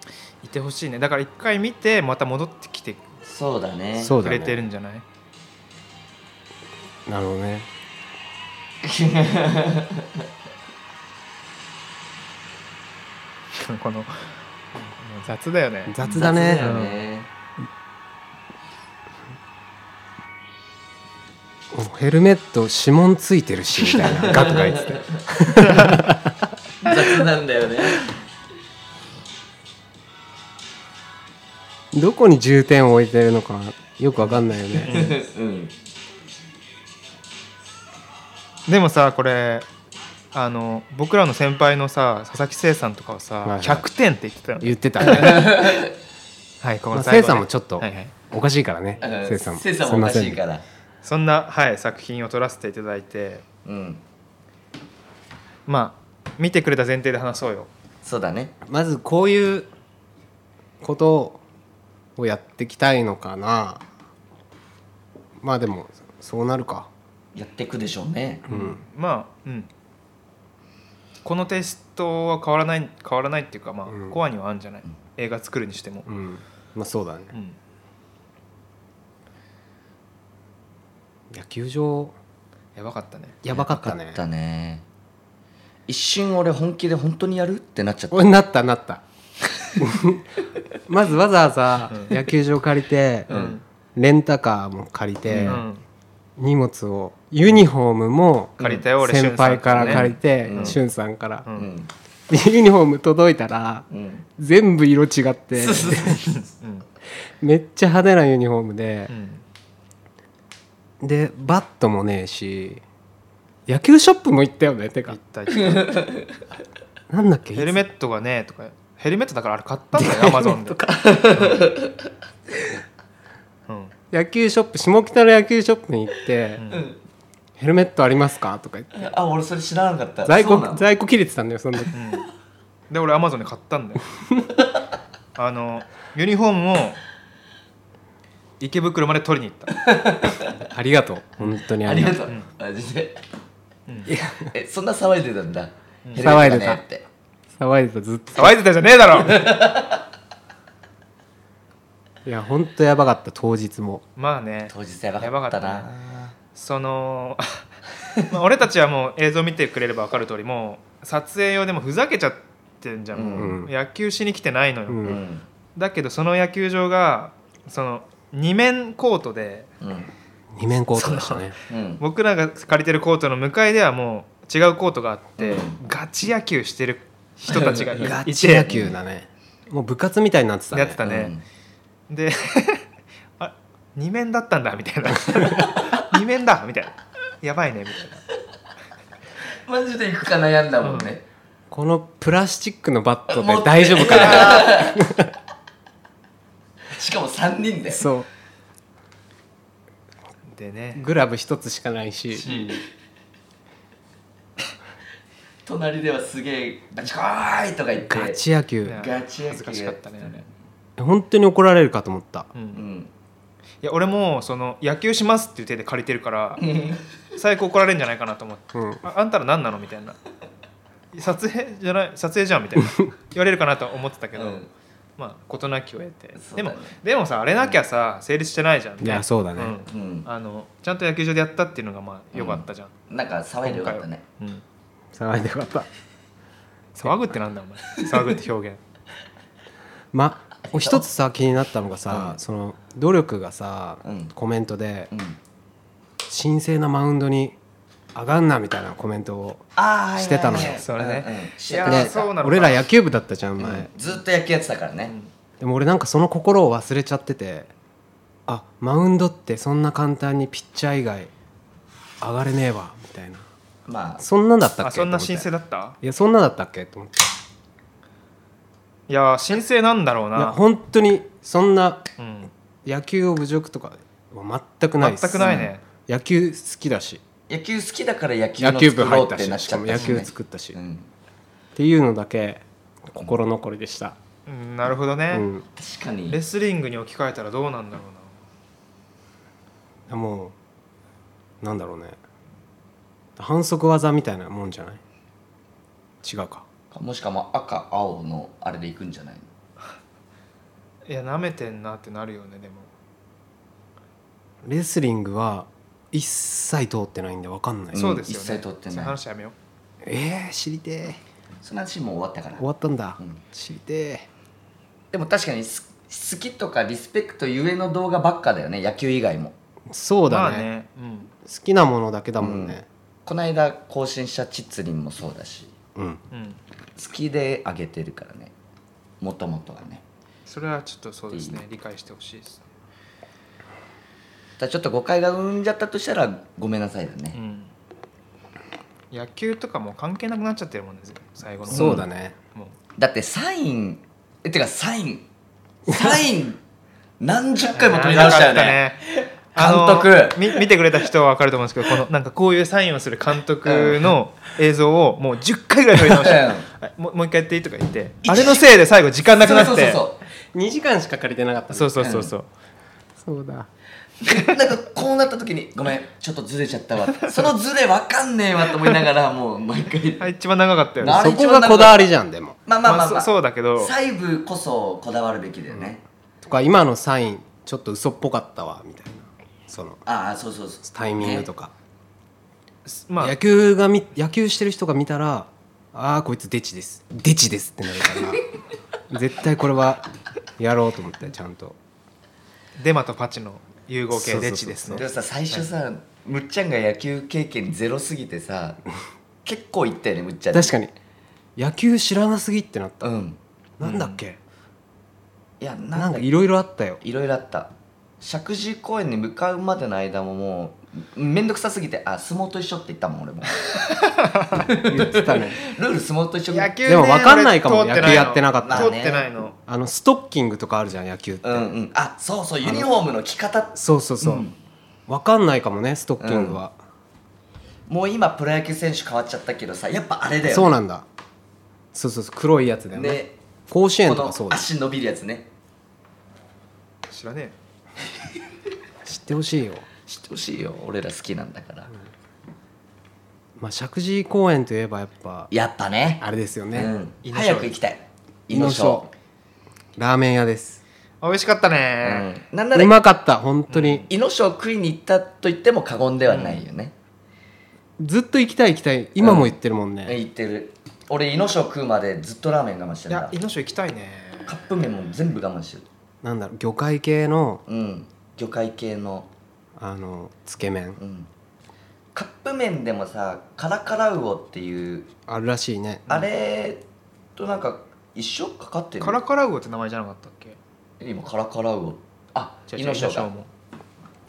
[SPEAKER 3] い
[SPEAKER 2] てほしいねだから一回見てまた戻ってきて
[SPEAKER 1] そうだね
[SPEAKER 3] そう
[SPEAKER 2] く
[SPEAKER 3] だ
[SPEAKER 2] れてる
[SPEAKER 3] ね
[SPEAKER 2] んじゃない、
[SPEAKER 3] なるほどね
[SPEAKER 2] この雑だよね
[SPEAKER 3] 雑だね
[SPEAKER 1] 雑よね
[SPEAKER 3] ヘルメット指紋ついてるしみたい なガクが言ってて
[SPEAKER 1] 雑なんだよね
[SPEAKER 3] どこに重点を置いてるのかよくわかんないよね
[SPEAKER 1] うん
[SPEAKER 2] でもさこれあの僕らの先輩のさ佐々木誠さんとかはさ、
[SPEAKER 3] はいはい
[SPEAKER 2] 100点って言ってたよね
[SPEAKER 3] 言ってた ね
[SPEAKER 2] はいこ
[SPEAKER 3] まあ
[SPEAKER 2] の
[SPEAKER 3] せ
[SPEAKER 2] 最後ね
[SPEAKER 3] いさんもちょっと
[SPEAKER 2] はいはい
[SPEAKER 3] おかしいからね
[SPEAKER 1] うん
[SPEAKER 3] せいさんも
[SPEAKER 1] せいさんもおかしい
[SPEAKER 3] ら
[SPEAKER 1] から
[SPEAKER 2] そんな、はい、作品を撮らせていただいて
[SPEAKER 1] うん
[SPEAKER 2] まあ見てくれた前提で話そうよ
[SPEAKER 1] そうだね
[SPEAKER 3] まずこういうことをやっていきたいのかなまあでもそうなるか
[SPEAKER 1] やってくでしょうね
[SPEAKER 3] うん
[SPEAKER 2] まあうんこのテイストは変わらない変わらないっていうかまあ、
[SPEAKER 3] うん
[SPEAKER 2] コアにはあるんじゃない映画作るにしても、
[SPEAKER 3] うんまあそうだね
[SPEAKER 2] うん
[SPEAKER 3] 野球場
[SPEAKER 2] やばかったね
[SPEAKER 3] やばかったね
[SPEAKER 1] だね一瞬俺本気で本当にやるってなっちゃった
[SPEAKER 3] 俺なったなった まずわざわざ野球場借りて、
[SPEAKER 2] ん
[SPEAKER 3] レンタカーも借りて、
[SPEAKER 2] うん
[SPEAKER 3] 荷物をユニフォームも
[SPEAKER 2] 借りたよ俺
[SPEAKER 3] 先輩から借りて
[SPEAKER 1] うん
[SPEAKER 3] しゅんさんから、
[SPEAKER 2] う
[SPEAKER 1] うんん
[SPEAKER 3] でユニフォーム届いたら
[SPEAKER 1] うん
[SPEAKER 3] 全部色違って
[SPEAKER 2] うん
[SPEAKER 3] めっちゃ派手なユニフォームで
[SPEAKER 2] う、ん
[SPEAKER 3] でバットもねえし野球ショップも行ったよねて
[SPEAKER 2] 行
[SPEAKER 3] か
[SPEAKER 2] った行った
[SPEAKER 3] なんだっけ
[SPEAKER 2] ヘルメ
[SPEAKER 3] ッ
[SPEAKER 2] ットがねとかヘルメットだからあれ買ったんだよアマゾンで、うんうん
[SPEAKER 3] 野球ショップ下北の野球ショップに行って「
[SPEAKER 1] うん
[SPEAKER 3] ヘルメットありますか?」とか言って
[SPEAKER 1] あ俺それ知らなかった
[SPEAKER 3] 在
[SPEAKER 1] そう
[SPEAKER 3] 庫
[SPEAKER 1] なの
[SPEAKER 3] 在庫切れてたんだよその時
[SPEAKER 2] うんで俺アマゾンで買ったんだよあのユニフォームを池袋まで取りに行った
[SPEAKER 3] ありがとう本当に
[SPEAKER 1] あ
[SPEAKER 3] あ
[SPEAKER 1] り
[SPEAKER 3] りが
[SPEAKER 1] が
[SPEAKER 3] とう
[SPEAKER 1] とうマジで
[SPEAKER 2] うん
[SPEAKER 1] いやえそんな騒いでたんだヘルメット
[SPEAKER 3] 騒いでた
[SPEAKER 1] ねって
[SPEAKER 3] 騒いでたずっと
[SPEAKER 2] 騒いでたじゃねえだろ
[SPEAKER 3] いや本当やばかった当日も
[SPEAKER 2] まあね
[SPEAKER 1] 当日やばかったな
[SPEAKER 2] その まあ俺たちはもう映像見てくれれば分かる通りもう撮影用でもふざけちゃってんじゃん、もう
[SPEAKER 3] うん
[SPEAKER 2] 野球しに来てないのよ、
[SPEAKER 3] うん
[SPEAKER 1] うん
[SPEAKER 2] だけどその野球場がその2面コートで
[SPEAKER 1] うん
[SPEAKER 3] 二面コートでしたね
[SPEAKER 1] うん
[SPEAKER 2] 僕らが借りてるコートの向かいではもう違うコートがあって、
[SPEAKER 1] うん
[SPEAKER 2] ガチ野球してる人たちがい
[SPEAKER 3] ガ
[SPEAKER 2] い
[SPEAKER 3] チ
[SPEAKER 2] て
[SPEAKER 3] 野球だねもう部活みたいになってたね
[SPEAKER 2] やってたねで あ二面だったんだみたいな 二面だみたいなやばいねみたい
[SPEAKER 1] マジで行くか悩んだもんね、
[SPEAKER 3] このプラスチックのバットで大丈夫かな
[SPEAKER 1] しかも3人で
[SPEAKER 3] そ
[SPEAKER 2] なでね
[SPEAKER 3] うグラブ一つしかないし
[SPEAKER 1] 隣ではすげえ「ガチこーい!」とか言って
[SPEAKER 3] ガチ野球
[SPEAKER 2] ね
[SPEAKER 1] ガチや
[SPEAKER 2] 恥ずかしかったねあれ
[SPEAKER 3] 本当に怒られるかと思った
[SPEAKER 1] う
[SPEAKER 2] う
[SPEAKER 1] んん
[SPEAKER 2] いや俺もその野球しますっていう手で借りてるから最悪怒られるんじゃないかなと思って
[SPEAKER 3] うん
[SPEAKER 2] ああんたら何なのみたいな撮影じゃない撮影じゃんみたいな言われるかなと思ってたけど、
[SPEAKER 1] うん
[SPEAKER 2] まあ事なきを得て、
[SPEAKER 1] そう
[SPEAKER 2] で
[SPEAKER 1] だね
[SPEAKER 2] もでもさあれなきゃさ、成立してないじゃんね
[SPEAKER 3] いやそうだね
[SPEAKER 1] うんん
[SPEAKER 2] あのちゃんと野球場でやったっていうのがまあ良かったじゃん、
[SPEAKER 1] なんか騒いでよかったね
[SPEAKER 2] 今回はうん
[SPEAKER 3] 騒いでよかった
[SPEAKER 2] 騒ぐってなんだお前騒ぐって 表現
[SPEAKER 3] ま一つさ気になったのがさ、
[SPEAKER 1] うん
[SPEAKER 3] その努力がさ、
[SPEAKER 1] うん
[SPEAKER 3] コメントで
[SPEAKER 1] うん
[SPEAKER 3] 「神聖なマウンドに上がんな」みたいなコメントを
[SPEAKER 1] ああ
[SPEAKER 3] してたのよ
[SPEAKER 2] それね
[SPEAKER 1] してた
[SPEAKER 2] あい
[SPEAKER 1] ね
[SPEAKER 2] や
[SPEAKER 3] で
[SPEAKER 2] ーそうなのか
[SPEAKER 3] 俺ら野球部だったじゃん
[SPEAKER 1] う
[SPEAKER 3] 前、
[SPEAKER 1] んずっと野球やってたからね
[SPEAKER 3] でも俺なんかその心を忘れちゃっててあマウンドってそんな簡単にピッチャー以外上がれねえわみたいな
[SPEAKER 1] まあ
[SPEAKER 3] そんなんだったっけ
[SPEAKER 2] あそんな
[SPEAKER 3] と思って
[SPEAKER 2] 申請だった
[SPEAKER 3] いやそんなだったっけと思って
[SPEAKER 2] いやー申請なんだろう
[SPEAKER 3] いや
[SPEAKER 2] な、
[SPEAKER 3] 本当にそんな
[SPEAKER 2] うん、
[SPEAKER 3] 野球を侮辱とかは全くないっす
[SPEAKER 2] 全くないね、
[SPEAKER 3] 野球好きだし
[SPEAKER 1] 野球好きだから野球
[SPEAKER 3] 野
[SPEAKER 1] の
[SPEAKER 3] 球部
[SPEAKER 1] 作
[SPEAKER 3] 入
[SPEAKER 1] ろ
[SPEAKER 3] っ
[SPEAKER 1] うったてなっ
[SPEAKER 3] しし
[SPEAKER 1] ち
[SPEAKER 3] か
[SPEAKER 1] ゃっ
[SPEAKER 3] も
[SPEAKER 1] た
[SPEAKER 3] 野
[SPEAKER 1] しね
[SPEAKER 3] 球作ったし、
[SPEAKER 1] う
[SPEAKER 3] っ
[SPEAKER 1] ん
[SPEAKER 3] ていうのだけ心残りでした、
[SPEAKER 2] うんなるほど
[SPEAKER 3] う
[SPEAKER 2] ね、
[SPEAKER 3] ん、
[SPEAKER 1] 確かに
[SPEAKER 2] レスリングに置き換えたらどうなんだろうな
[SPEAKER 3] もうなんだろうね反則技みたいなもんじゃない違うか
[SPEAKER 1] もしかも赤青のあれでいくんじゃないの
[SPEAKER 2] いやなめてんなってなるよねでも
[SPEAKER 3] レスリングは一切通ってないんで分かんない、
[SPEAKER 1] うん
[SPEAKER 2] そうですよね
[SPEAKER 1] 一切取ってない
[SPEAKER 2] その話やめよ
[SPEAKER 3] えー、知りて
[SPEAKER 1] その話もう終わったか
[SPEAKER 3] え
[SPEAKER 1] ら
[SPEAKER 3] 終わったんだ、
[SPEAKER 1] うん
[SPEAKER 3] 知りて
[SPEAKER 1] でも確かにす好きとかリスペクトゆえの動画ばっかだよね野球以外も
[SPEAKER 3] えそううだね,、
[SPEAKER 2] まあねうん
[SPEAKER 3] 好きなものだけだもんね
[SPEAKER 1] この間更新したチッツリンもそうだし
[SPEAKER 3] うん、
[SPEAKER 2] うん、
[SPEAKER 1] 好きで上げてるからねもともとがね
[SPEAKER 2] それはちょっとそうですね理解してほしいですね
[SPEAKER 1] ただちょっと誤解が生んじゃったとしたらごめんなさいだ
[SPEAKER 2] う
[SPEAKER 1] ね、
[SPEAKER 2] ん野球とかもう関係なくなっちゃってるもんね最後の方
[SPEAKER 3] そうだね、
[SPEAKER 2] もう
[SPEAKER 1] だってサインえてかサインサイン何十回も取り直したよね
[SPEAKER 2] あの
[SPEAKER 1] 監督
[SPEAKER 2] み見てくれた人は分かると思うんですけどこのなんかこういうサインをする監督 の映像をもう10回ぐらい撮り直して
[SPEAKER 1] う
[SPEAKER 2] はいもうもう一回やっていいとか言って
[SPEAKER 1] 一
[SPEAKER 2] あれのせいで最後時間なくなって
[SPEAKER 1] そうそうそう
[SPEAKER 3] 2時間しか借りてなかった
[SPEAKER 2] そううそうそうそう
[SPEAKER 3] そうだ
[SPEAKER 1] そうなんかこうなった時に「ごめんちょっとずれちゃったわ」そのずれわかんねえわと思いながらもう毎回
[SPEAKER 2] あ一番長かったよね
[SPEAKER 1] なあれ
[SPEAKER 3] そこがこだわりじゃんでも
[SPEAKER 1] まあまあまあ、ま
[SPEAKER 2] そ
[SPEAKER 1] あ、
[SPEAKER 2] そうだけど
[SPEAKER 1] 細部こそこだわるべきだよね、
[SPEAKER 3] とか今のサインちょっと嘘っぽかったわみたいなその
[SPEAKER 1] ああそうそうそう
[SPEAKER 3] タイミングとか、
[SPEAKER 2] まあ
[SPEAKER 3] 野球がみ野球してる人が見たらああこいつデチですデチですってなるか ら絶対これはやろうと思ってちゃんと
[SPEAKER 2] デマとパチの融合系
[SPEAKER 3] そうそうそうそう
[SPEAKER 2] レッチです
[SPEAKER 1] で
[SPEAKER 2] ね
[SPEAKER 1] もさ最初さ、むっちゃんが野球経験ゼロすぎてさ 結構いったよねむっちゃん
[SPEAKER 3] 確かに野球知らなすぎってなった、
[SPEAKER 1] うん
[SPEAKER 3] なんだっけ
[SPEAKER 1] いやなん
[SPEAKER 3] なん
[SPEAKER 1] か
[SPEAKER 3] か
[SPEAKER 1] い
[SPEAKER 3] いろいろあったよ
[SPEAKER 1] ろいろあった石神井公園に向かうまでの間ももうめんどくさすぎてあ相撲と一緒って言ったもん 俺も
[SPEAKER 3] 言って たね
[SPEAKER 1] ルール相撲と一緒
[SPEAKER 2] 野球ね
[SPEAKER 3] でも分かんないかも
[SPEAKER 2] 俺通ての
[SPEAKER 3] 野球やってなかった
[SPEAKER 1] まあ
[SPEAKER 2] 通っ
[SPEAKER 1] ね
[SPEAKER 2] てないの
[SPEAKER 3] あのストッキングとかあるじゃん野球って、
[SPEAKER 1] うんうんあそうそうユニフォームの着方
[SPEAKER 3] そうそうそう、分かんないかもねストッキングは、
[SPEAKER 1] もう今プロ野球選手変わっちゃったけどさやっぱあれだよ
[SPEAKER 3] そうなんだそうそうそう黒いやつだよね
[SPEAKER 1] で
[SPEAKER 3] 甲子園
[SPEAKER 1] こと
[SPEAKER 3] かそう
[SPEAKER 1] の
[SPEAKER 3] だ
[SPEAKER 1] 足伸びるやつね
[SPEAKER 2] 知らねえよ
[SPEAKER 3] 知ってほしいよ
[SPEAKER 1] 知ってほしいよ俺ら好きなんだから、
[SPEAKER 3] まあ石神井公園といえばやっぱ
[SPEAKER 1] やっぱね
[SPEAKER 3] あれですよね、
[SPEAKER 1] う
[SPEAKER 2] イ
[SPEAKER 1] ん、
[SPEAKER 2] ノショ
[SPEAKER 1] 早
[SPEAKER 2] ウ
[SPEAKER 1] く行きたい
[SPEAKER 3] イノショウラーメン屋です
[SPEAKER 2] あ美味しかった
[SPEAKER 1] う
[SPEAKER 2] ね、
[SPEAKER 1] ん、なんな
[SPEAKER 3] う
[SPEAKER 1] ら
[SPEAKER 3] まかった本当に、
[SPEAKER 1] イノショウ食いに行ったと言っても過言ではないよね、
[SPEAKER 3] ずっと行きたい行きたい今も言ってるもんね、
[SPEAKER 1] 行ってる俺イノショウ食うまでずっとラーメン我慢して
[SPEAKER 2] い
[SPEAKER 1] るん
[SPEAKER 2] や
[SPEAKER 1] だ
[SPEAKER 2] イノショ行きたいね
[SPEAKER 1] カップ麺も全部我慢してる
[SPEAKER 3] なんだろう魚介系の
[SPEAKER 1] うん魚介系の
[SPEAKER 3] あのつけ麺
[SPEAKER 1] うんカップ麺でもさカラカラウオっていう
[SPEAKER 3] あるらしいね
[SPEAKER 1] あれとなんか一生かかってる
[SPEAKER 2] カラカラウオって名前じゃなかったっけ
[SPEAKER 1] 今カラカラウオあ
[SPEAKER 2] じゃあ
[SPEAKER 1] イノショウ
[SPEAKER 2] じゃあ
[SPEAKER 1] ガ
[SPEAKER 2] も、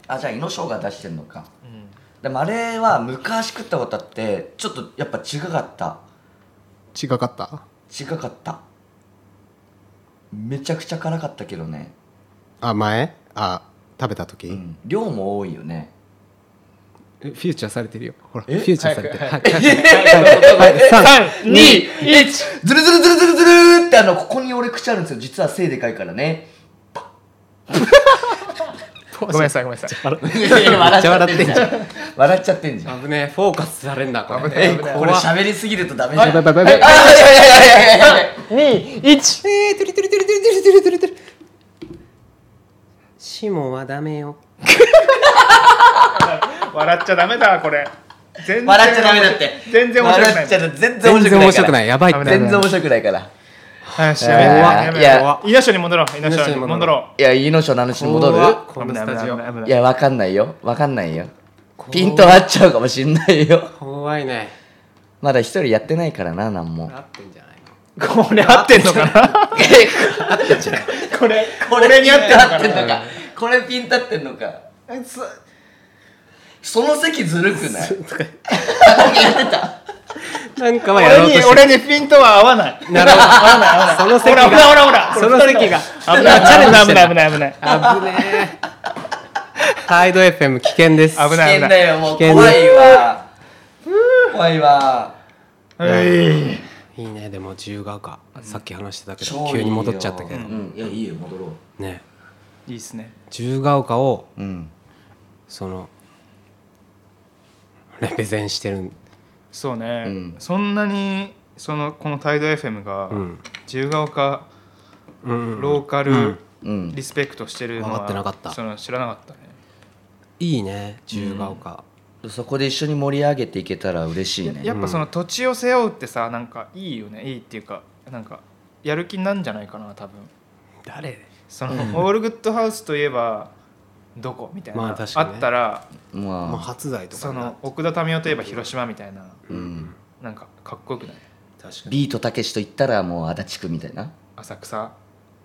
[SPEAKER 1] あじゃあイノショウガ出してんのか
[SPEAKER 2] うん、
[SPEAKER 1] でもあれは昔食ったことあってちょっとやっぱ違かった
[SPEAKER 3] 違かった
[SPEAKER 1] 違かっためちゃくちゃ辛かったけどね、
[SPEAKER 3] あ前あ食べた時、
[SPEAKER 1] うん、量も多いよね
[SPEAKER 3] えフューチャーされてるよほらフ
[SPEAKER 1] え
[SPEAKER 3] ューチャーされてる
[SPEAKER 2] 早
[SPEAKER 3] はい
[SPEAKER 2] 3 2 1
[SPEAKER 1] ずるずるずるずるずるーってあのここに俺口あるんですよ実は背でかいからね
[SPEAKER 2] ごめんなさいごめんなさい
[SPEAKER 1] いやいや
[SPEAKER 3] めっちゃ笑ってんじゃん
[SPEAKER 1] 笑っちゃってんじゃん
[SPEAKER 3] 危ねえフォーカスされんなこれ
[SPEAKER 2] 危ね
[SPEAKER 1] え
[SPEAKER 2] 危ない
[SPEAKER 1] これ喋りすぎるとダメじゃ
[SPEAKER 3] バ
[SPEAKER 1] ん
[SPEAKER 3] イバイバイ
[SPEAKER 1] あい
[SPEAKER 3] バイ
[SPEAKER 1] やいやいやいやいやいや
[SPEAKER 2] 21
[SPEAKER 3] えー、トゥルトゥルトゥルトゥルトゥルトゥルトゥルトゥルシモンはダメよ
[SPEAKER 2] 笑っちゃダメだこれ全然
[SPEAKER 1] 笑っちゃダメだって
[SPEAKER 2] 全然面白くない
[SPEAKER 1] 笑っちゃダメ全然
[SPEAKER 3] 全
[SPEAKER 1] 面白く
[SPEAKER 3] 然
[SPEAKER 1] ない
[SPEAKER 3] 面白くないやばいっ
[SPEAKER 2] 危
[SPEAKER 3] て
[SPEAKER 2] ない
[SPEAKER 1] 全然面白くないから
[SPEAKER 2] はいし
[SPEAKER 1] 怖っ
[SPEAKER 2] やめろ
[SPEAKER 1] いや
[SPEAKER 2] やめろイノショに戻ろうイノショ
[SPEAKER 3] イノシ
[SPEAKER 2] に
[SPEAKER 3] に
[SPEAKER 2] 戻
[SPEAKER 3] 戻
[SPEAKER 2] ろ
[SPEAKER 3] ろ
[SPEAKER 1] いやいいのしょなのしに戻る
[SPEAKER 3] このスタジオ
[SPEAKER 2] 危ない危ない危ない
[SPEAKER 1] いやわかんないよわかんないよピント合っちゃうかもしんないよ
[SPEAKER 3] 怖いね
[SPEAKER 1] まだ一人やってないからななんも
[SPEAKER 3] 合ってんじゃないう
[SPEAKER 2] これ合ってんのか なこれこれに合ってんの
[SPEAKER 1] 合
[SPEAKER 2] か
[SPEAKER 1] ってんの
[SPEAKER 2] な
[SPEAKER 1] か これピン立ってんのかその席ずるくない
[SPEAKER 3] のなんかは
[SPEAKER 2] 俺
[SPEAKER 3] やろうと
[SPEAKER 2] に
[SPEAKER 3] してる
[SPEAKER 2] 俺にピントは合わない
[SPEAKER 3] なるほどそ
[SPEAKER 2] ほ
[SPEAKER 3] の席
[SPEAKER 2] らほらほ
[SPEAKER 3] が
[SPEAKER 2] らほら
[SPEAKER 3] その席が
[SPEAKER 2] 危 ない
[SPEAKER 3] チャレンジし
[SPEAKER 2] 危
[SPEAKER 3] てんだ
[SPEAKER 2] ない危ない危ない
[SPEAKER 3] 危ねえタイド FM 危険です
[SPEAKER 2] 危
[SPEAKER 1] 危
[SPEAKER 2] ない
[SPEAKER 1] 険だよもう
[SPEAKER 3] 危険
[SPEAKER 1] 怖いわ怖いわ
[SPEAKER 2] うい
[SPEAKER 3] いいねでも自由が丘さっき話してたけ
[SPEAKER 1] 超いい
[SPEAKER 3] ど
[SPEAKER 1] よ
[SPEAKER 3] 急に戻っちゃったけ
[SPEAKER 1] う
[SPEAKER 3] ど
[SPEAKER 1] んいやいいよ戻ろう
[SPEAKER 3] ね
[SPEAKER 2] いいっすね
[SPEAKER 3] 自由が丘を
[SPEAKER 1] うん
[SPEAKER 3] そのレペゼンしてる
[SPEAKER 2] そうね、
[SPEAKER 1] うん
[SPEAKER 2] そんなにそのこの「タイド FM が」
[SPEAKER 3] うん
[SPEAKER 2] 自由が丘
[SPEAKER 3] うん
[SPEAKER 2] ローカル
[SPEAKER 1] うん
[SPEAKER 2] リスペクトしてるのは、
[SPEAKER 3] 分かってなかった
[SPEAKER 2] その知らなかったね
[SPEAKER 3] いいね自由が丘
[SPEAKER 1] そこで一緒に盛り上げていけたら嬉しいね
[SPEAKER 2] やっぱその土地を背負うってさなんかいいよねいいっていうかなんかやる気になんじゃないかな多分
[SPEAKER 3] 誰
[SPEAKER 2] その、オールグッドハウスといえばどこみたいな、
[SPEAKER 3] まあ確かにね
[SPEAKER 2] あったら
[SPEAKER 3] まあ
[SPEAKER 1] まあ
[SPEAKER 3] 初代とか
[SPEAKER 2] そ
[SPEAKER 3] ね
[SPEAKER 2] の奥田民生といえば広島みたいな
[SPEAKER 1] うん
[SPEAKER 2] なんかかっこよくない
[SPEAKER 3] 確かに
[SPEAKER 1] ビートたけしと言ったらもう足立区みたいな
[SPEAKER 2] 浅草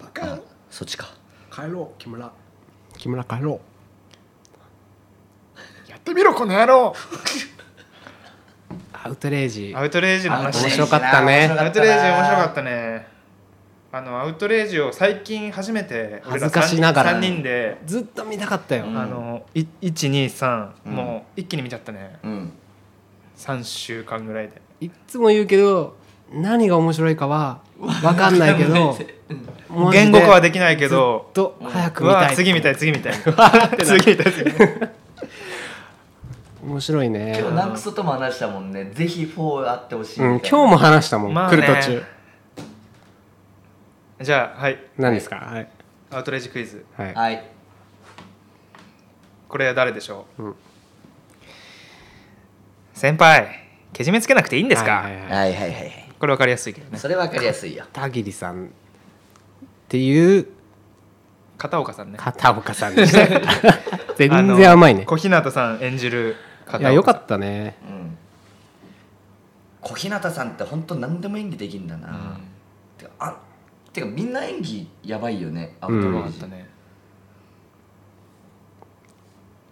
[SPEAKER 3] バカ
[SPEAKER 1] そっちか
[SPEAKER 3] 帰ろう木村木村帰ろ
[SPEAKER 2] やってみろこの野郎
[SPEAKER 3] うアウトレイジ
[SPEAKER 2] アウトレイジの話
[SPEAKER 3] 面白かったね
[SPEAKER 2] アウトレイジ面白かったたねあのアウトレイジを最近初めて
[SPEAKER 3] 恥ずかしながら
[SPEAKER 2] 3人で、
[SPEAKER 3] ずっと見たかったよ
[SPEAKER 1] うん
[SPEAKER 2] あのい123、
[SPEAKER 1] うん
[SPEAKER 2] もう一気に見ちゃったね
[SPEAKER 1] うん
[SPEAKER 2] 3週間ぐらいで
[SPEAKER 3] いっつも言うけど何が面白いかは分かんないけどマジで
[SPEAKER 2] 言語化はできないけど
[SPEAKER 3] ずっと早く
[SPEAKER 2] う
[SPEAKER 3] 見た
[SPEAKER 2] わ
[SPEAKER 3] い
[SPEAKER 2] 次見たい次見たい 次見たい次見たい
[SPEAKER 3] 面白いね
[SPEAKER 1] 今日ナンクソとも話したもんねぜひ4あってほしいみ
[SPEAKER 3] う
[SPEAKER 1] たい
[SPEAKER 3] ん
[SPEAKER 1] な
[SPEAKER 3] 今日も話したもん
[SPEAKER 2] まあ
[SPEAKER 3] 来
[SPEAKER 2] ね
[SPEAKER 3] る途中
[SPEAKER 2] じゃあはい
[SPEAKER 3] 何ですかはい
[SPEAKER 2] アウトレイジクイズ
[SPEAKER 3] はい
[SPEAKER 1] はい
[SPEAKER 2] これは誰でしょう、
[SPEAKER 3] うん
[SPEAKER 2] 先輩けじめつけなくていいんですか、
[SPEAKER 3] はいはいはい
[SPEAKER 1] はいはいはいはい
[SPEAKER 2] これ分かりやすいけどね
[SPEAKER 1] それわかりやすいよ
[SPEAKER 3] 田切さんっていう
[SPEAKER 2] 片岡さんね
[SPEAKER 3] 片岡さん でした全
[SPEAKER 2] あの
[SPEAKER 3] 然甘いね
[SPEAKER 2] 小日向さん演じる片岡さん
[SPEAKER 3] いやよかったね
[SPEAKER 1] うん小日向さんって本当何でも演技できるんだなてかあてかみんな演技やばいよねアウト
[SPEAKER 2] うん
[SPEAKER 1] レ
[SPEAKER 2] よか
[SPEAKER 1] イ
[SPEAKER 2] っ
[SPEAKER 1] ジ
[SPEAKER 2] たね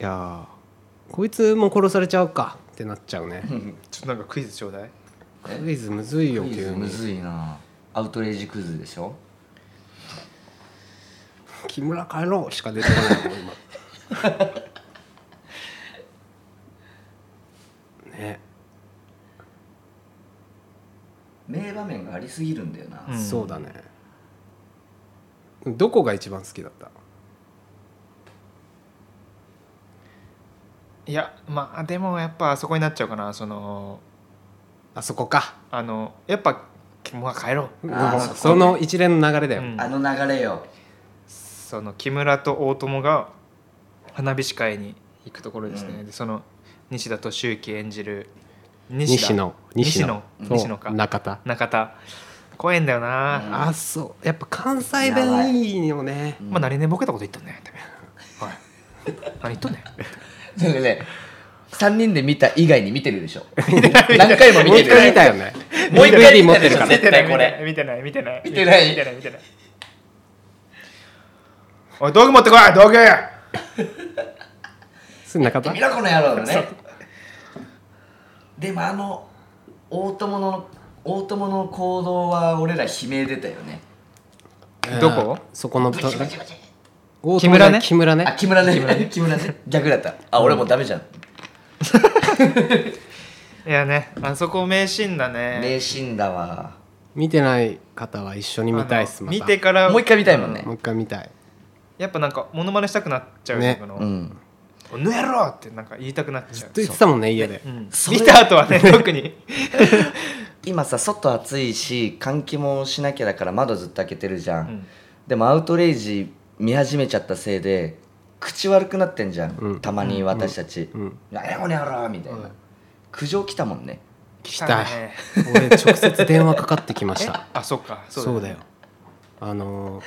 [SPEAKER 3] いやーこいつも殺されちゃうかってなっちゃうね
[SPEAKER 2] ちょっとなんかクイズちょうだい
[SPEAKER 3] クイズむずいよ
[SPEAKER 1] クイ
[SPEAKER 3] 急
[SPEAKER 1] ズ
[SPEAKER 3] に
[SPEAKER 1] むずいなアウトレイジクイズでしょ
[SPEAKER 3] 木村帰ろうしか出てこないもん今ね、
[SPEAKER 1] 名場面がありすぎるんだよな、
[SPEAKER 2] うん
[SPEAKER 3] そうだねどこが一番好きだった
[SPEAKER 2] いやまあでもやっぱあそこになっちゃうかなその
[SPEAKER 3] あそこか
[SPEAKER 2] あのやっぱ木村帰ろう
[SPEAKER 1] あー
[SPEAKER 3] そ
[SPEAKER 1] そこ
[SPEAKER 3] の一連の流れだよ、
[SPEAKER 2] うん
[SPEAKER 1] あの流れよ
[SPEAKER 2] その木村と大友が花火師会に行くところですね、でその西田敏行演じる西田
[SPEAKER 3] 西野
[SPEAKER 2] 西野
[SPEAKER 3] と
[SPEAKER 2] 西野か
[SPEAKER 3] 中田
[SPEAKER 2] 中田怖いんだよな、
[SPEAKER 3] あそうやっぱ関西弁いいよね
[SPEAKER 2] まあ何年ボケたこと言っとんねんっておい何言っとんね ん
[SPEAKER 1] それで ね3人で見た以外に 見てるでしょ何回も見
[SPEAKER 3] もう
[SPEAKER 1] てる
[SPEAKER 3] 一回見た よね
[SPEAKER 1] もう一回
[SPEAKER 3] DVD
[SPEAKER 1] 見
[SPEAKER 3] 持
[SPEAKER 1] て
[SPEAKER 3] って
[SPEAKER 1] るでし
[SPEAKER 3] るか
[SPEAKER 1] ょ
[SPEAKER 3] ら
[SPEAKER 1] 絶対これ
[SPEAKER 2] 見てない見てない
[SPEAKER 1] 見てない
[SPEAKER 2] 見てない見てないおい道具持ってこい道具
[SPEAKER 3] すんなかった
[SPEAKER 1] 見ろこの野郎だねでもあの大友の大友の行動は俺ら悲鳴出たよね
[SPEAKER 2] どこ
[SPEAKER 3] そこの
[SPEAKER 1] ブチブチブチ
[SPEAKER 3] 大友
[SPEAKER 2] 木村ね
[SPEAKER 3] 木村
[SPEAKER 1] あ
[SPEAKER 3] ね
[SPEAKER 1] 木村ね 木村ね逆だったあ俺もうダメじゃん
[SPEAKER 2] いやねあそこ名シーンだね
[SPEAKER 1] 名シーンだわ
[SPEAKER 3] 見てない方は一緒に見たいっす
[SPEAKER 2] あ
[SPEAKER 3] ま
[SPEAKER 2] の
[SPEAKER 3] た
[SPEAKER 2] 見てから
[SPEAKER 1] もう一回見たいもんね
[SPEAKER 3] もう一回見たい
[SPEAKER 2] やっぱなんかモノマネしたくなっちゃう
[SPEAKER 3] ね
[SPEAKER 2] ね
[SPEAKER 1] う
[SPEAKER 2] の
[SPEAKER 1] ん
[SPEAKER 2] 「この野郎!」ってなんか言いたくなっちゃう
[SPEAKER 3] と言ってたもんね家で
[SPEAKER 2] うん
[SPEAKER 1] それ
[SPEAKER 2] 見た後はね特に
[SPEAKER 1] 今さ外暑いし換気もしなきゃだから窓ずっと開けてるじゃん、
[SPEAKER 2] ん
[SPEAKER 1] でもアウトレイジ見始めちゃったせいで口悪くなってんじゃん、
[SPEAKER 3] うん
[SPEAKER 1] たまに私たち
[SPEAKER 3] うん
[SPEAKER 1] 「何やこの野郎!」みたいな、苦情来たもんね
[SPEAKER 2] 来
[SPEAKER 3] た
[SPEAKER 2] ね
[SPEAKER 3] 俺直接電話かかってきまし
[SPEAKER 2] え
[SPEAKER 3] た
[SPEAKER 2] あそっか
[SPEAKER 3] そうだ
[SPEAKER 2] よ
[SPEAKER 3] よあの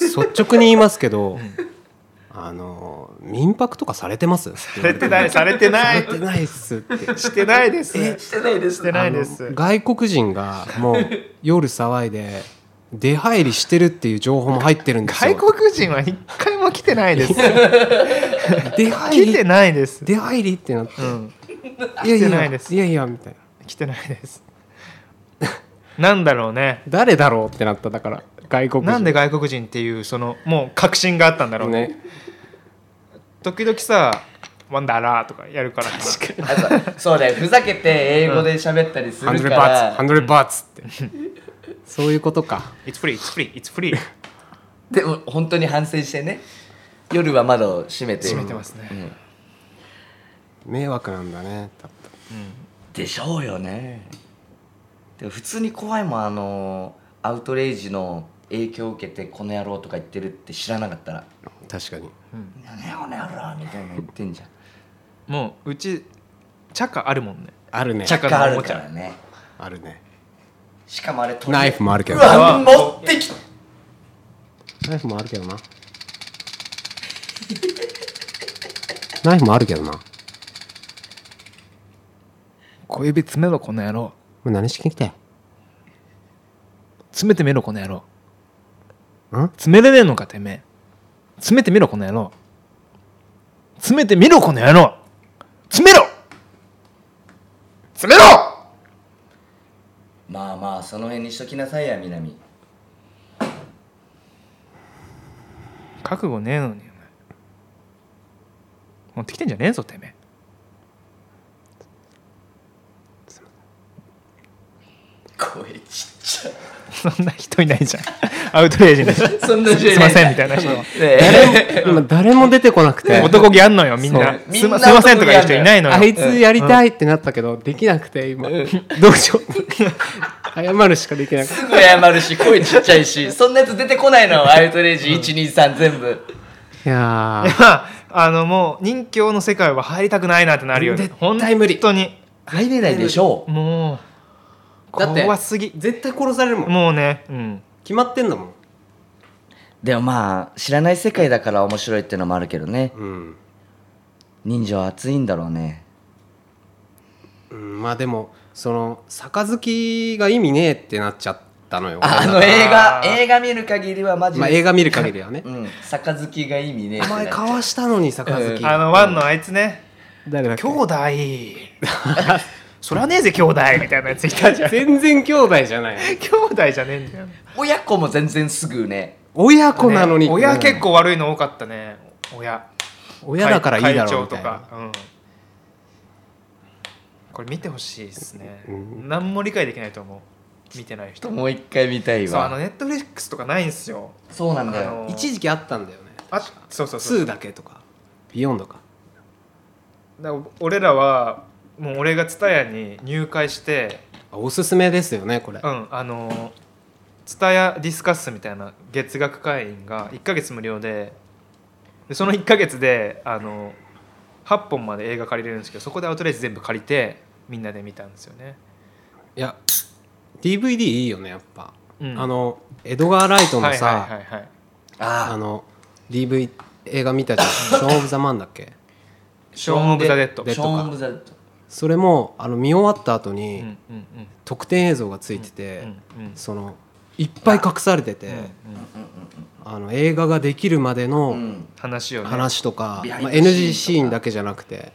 [SPEAKER 3] ー率直に言いますけどあのー民泊とかされてます
[SPEAKER 2] されてないされてな
[SPEAKER 3] され
[SPEAKER 2] い
[SPEAKER 3] てないっすって
[SPEAKER 2] してないです
[SPEAKER 1] てないです
[SPEAKER 2] してないです
[SPEAKER 3] あの外国人がもう夜騒いで出入りしてるっていう情報も入ってるんですよ
[SPEAKER 2] 外国人は一回も来てないです
[SPEAKER 3] 出入
[SPEAKER 2] 来て
[SPEAKER 3] り
[SPEAKER 2] ないです
[SPEAKER 3] 出入りってなって
[SPEAKER 2] うん
[SPEAKER 3] いやい
[SPEAKER 2] 来てな
[SPEAKER 3] や
[SPEAKER 2] いです
[SPEAKER 3] いやいやみたいな
[SPEAKER 2] 来てないです なんだろうね
[SPEAKER 3] 誰だろうってなっただから外国人
[SPEAKER 2] なんで外国人っていうそのもう確信があったんだろうね
[SPEAKER 3] ね
[SPEAKER 2] 時々さ「ワンダーラー」とかやるから
[SPEAKER 1] あそうそうだよふざけて英語で喋ったりす
[SPEAKER 3] ハンド
[SPEAKER 1] る
[SPEAKER 3] ル
[SPEAKER 1] か
[SPEAKER 3] バーツ
[SPEAKER 1] ら
[SPEAKER 3] ハンドルバーツってそういうことか
[SPEAKER 2] 「It's free it's free it's free
[SPEAKER 1] でも本当に反省してね夜は窓を閉めて」
[SPEAKER 2] 閉めてますね、
[SPEAKER 1] うん
[SPEAKER 3] 迷惑なんだねだっ
[SPEAKER 1] でしょうよねでも普通に怖いもんあのアウトレイジの影響を受けて「この野郎」とか言ってるって知らなかったら
[SPEAKER 3] た確かに
[SPEAKER 1] 「何やこの野郎」みたいなの言ってんじゃん
[SPEAKER 2] もううちチャカあるもんね
[SPEAKER 3] あるね
[SPEAKER 2] チャカ
[SPEAKER 1] が
[SPEAKER 2] の
[SPEAKER 1] あ
[SPEAKER 2] お
[SPEAKER 1] る
[SPEAKER 2] もち
[SPEAKER 1] か
[SPEAKER 2] ゃ
[SPEAKER 1] らね
[SPEAKER 3] あるね
[SPEAKER 1] しかもあれ取り
[SPEAKER 3] ナイフもあるけ
[SPEAKER 1] う
[SPEAKER 3] ど
[SPEAKER 1] わ持ってき
[SPEAKER 3] ナイフもあるけどなナイフもあるけどなこ
[SPEAKER 2] 小指詰めろこの野郎
[SPEAKER 3] れ何しに来たよ
[SPEAKER 2] 詰めてみろこの野郎
[SPEAKER 3] ん
[SPEAKER 2] 詰めれねえのかてめえ詰めてみろこの野郎詰めてみろこの野郎詰めろ詰めろ
[SPEAKER 1] まあまあその辺にしときなさいや南
[SPEAKER 2] 覚悟ねえのにお前持ってきてんじゃねえぞてめえ
[SPEAKER 1] 声ちっちゃ
[SPEAKER 2] そんな人いないじゃんアウトレイジにす
[SPEAKER 1] そんな人
[SPEAKER 2] いませんみたいな人
[SPEAKER 1] ね
[SPEAKER 3] 今誰も出てこなくて
[SPEAKER 2] 男気あんのよみんな
[SPEAKER 1] そう
[SPEAKER 2] すいま
[SPEAKER 1] みんな
[SPEAKER 2] せんとか言う人いないの
[SPEAKER 3] あい
[SPEAKER 2] よ
[SPEAKER 3] つやりたいってなったけどできなくて今どうしよう謝るしかできなくて
[SPEAKER 1] すぐ謝るし声ちっちゃいしそんなやつ出てこないのアウトレイジ123全部
[SPEAKER 3] いや
[SPEAKER 2] い
[SPEAKER 3] ー
[SPEAKER 2] や あのもう任侠の世界は入りたくないなってなるよね
[SPEAKER 3] 絶対無理
[SPEAKER 2] 本当に
[SPEAKER 1] 入れないでしょう
[SPEAKER 2] もう
[SPEAKER 3] だって
[SPEAKER 2] 怖すぎ
[SPEAKER 3] 絶対殺されるもん
[SPEAKER 2] もうねうん
[SPEAKER 3] 決まってんだもん
[SPEAKER 1] でもまあ知らない世界だから面白いってのもあるけどね
[SPEAKER 3] うん、
[SPEAKER 1] 人情は熱いんだろうね
[SPEAKER 3] うん、まあでもその杯が意味ねえってなっちゃったのよ
[SPEAKER 1] ああの映画映画見る限りはマジ
[SPEAKER 3] まあ、映画見る限りはね
[SPEAKER 1] うん杯が意味ねえ
[SPEAKER 3] お前かわしたのに杯、
[SPEAKER 1] うん
[SPEAKER 2] あのワンのあいつね
[SPEAKER 3] 誰だっけ
[SPEAKER 2] 兄弟そらねえぜ兄弟みたいなやついたじゃん兄
[SPEAKER 3] 全然兄弟じゃない
[SPEAKER 2] 弟じゃねえんだよ
[SPEAKER 1] 親子も全然すぐね
[SPEAKER 3] 親子なのに、
[SPEAKER 2] ね親結構悪いの多かったね親
[SPEAKER 3] 親だからいいだろう
[SPEAKER 2] 会
[SPEAKER 3] み
[SPEAKER 2] 長と
[SPEAKER 3] たいな
[SPEAKER 2] か、うん、これ見てほしいですね、何も理解できないと思う見てない人
[SPEAKER 1] もう一回見たい
[SPEAKER 2] そうあの
[SPEAKER 1] わ
[SPEAKER 2] ネットフリックスとかないんすよ
[SPEAKER 1] そうなんだ
[SPEAKER 2] あ
[SPEAKER 1] よ
[SPEAKER 2] の
[SPEAKER 3] 一時期あったんだよね
[SPEAKER 2] あそうそうそう
[SPEAKER 3] 2だけとかビヨンドか
[SPEAKER 2] だから俺らはもう俺が蔦屋に入会して
[SPEAKER 3] あおすすめですよねこれ、
[SPEAKER 2] うんあの蔦屋ディスカッスみたいな月額会員が1ヶ月無料ででその1ヶ月であの8本まで映画借りれるんですけどそこでアウトレイジ全部借りてみんなで見たんですよね
[SPEAKER 3] いや DVD いいよねやっぱ
[SPEAKER 2] うん
[SPEAKER 3] あのエドガー・ライトのさ、
[SPEAKER 2] はいはいはいはい
[SPEAKER 1] あ
[SPEAKER 3] あ
[SPEAKER 1] あ
[SPEAKER 3] の DV 映画見たじ ゃん「ショーン・オブ・ザ・マン」だっけ
[SPEAKER 2] ショーン・オブ・ザ・デッド
[SPEAKER 3] デ
[SPEAKER 1] シ
[SPEAKER 3] ッ
[SPEAKER 1] ョ
[SPEAKER 3] ド
[SPEAKER 1] ー
[SPEAKER 3] か
[SPEAKER 1] ン・オブ・ザ・デッド
[SPEAKER 3] それもあの見終わった後
[SPEAKER 2] うん
[SPEAKER 3] に
[SPEAKER 2] うんうん
[SPEAKER 3] 特典映像がついてて、
[SPEAKER 2] うんうん
[SPEAKER 3] そのいっぱい隠されてて、
[SPEAKER 1] うんうん
[SPEAKER 3] あの映画ができるまで
[SPEAKER 1] う
[SPEAKER 3] の
[SPEAKER 1] ん
[SPEAKER 2] 話よね
[SPEAKER 3] 話とか、
[SPEAKER 1] ビハインド
[SPEAKER 3] ま
[SPEAKER 1] シーン
[SPEAKER 3] あ、
[SPEAKER 1] とか
[SPEAKER 3] NG シーンだけじゃなくて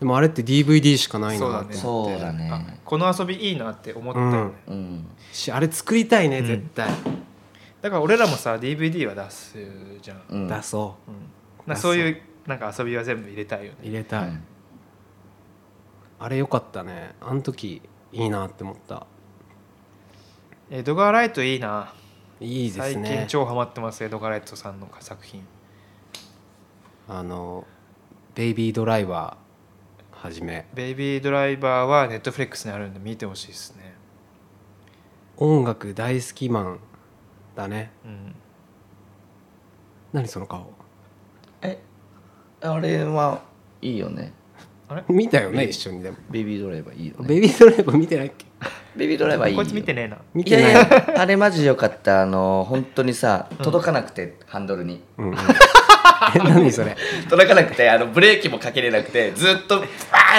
[SPEAKER 3] でもあれって DVD しかない
[SPEAKER 2] そう
[SPEAKER 3] な
[SPEAKER 2] だ
[SPEAKER 3] っ
[SPEAKER 2] ね
[SPEAKER 3] て、
[SPEAKER 1] そうだね
[SPEAKER 2] あこの遊びいいなって思ったよね、
[SPEAKER 3] うん
[SPEAKER 1] うん
[SPEAKER 3] しあれ作りたいね
[SPEAKER 2] ん
[SPEAKER 3] 絶対、
[SPEAKER 2] だから俺らもさ DVD は出すじゃん、うん
[SPEAKER 1] うん
[SPEAKER 3] 出そ
[SPEAKER 2] なそういうなんか遊びは全部入れたいよね
[SPEAKER 3] う入れたい、
[SPEAKER 1] うん
[SPEAKER 3] あれよかったねあの時いいなって思った
[SPEAKER 2] エドガー・ライトいいない
[SPEAKER 3] いです
[SPEAKER 2] 最近
[SPEAKER 3] ね
[SPEAKER 2] 超ハマってますエドガー・ライトさんの作品
[SPEAKER 3] あのベイビードライバーはじめ
[SPEAKER 2] 「ベイビードライバー」はネットフレックスにあるんで見てほしいですね
[SPEAKER 3] 音楽大好きマンだね
[SPEAKER 2] うん
[SPEAKER 3] 何その顔
[SPEAKER 1] えあれはいいよね
[SPEAKER 3] 見たよね一緒にでも
[SPEAKER 1] ベビードライバーいいよね
[SPEAKER 3] ベイビードライバー見てないっけ
[SPEAKER 1] ベビードライバーいいよ
[SPEAKER 2] こいつ見てねえな
[SPEAKER 3] 見
[SPEAKER 1] い
[SPEAKER 3] て
[SPEAKER 1] やい
[SPEAKER 3] ない
[SPEAKER 1] やあれマジでよかったあの本当にさ届かなくて、ハンドルに
[SPEAKER 3] うんうんえ何それ
[SPEAKER 1] 届かなくてあのブレーキもかけれなくてずっとバーっ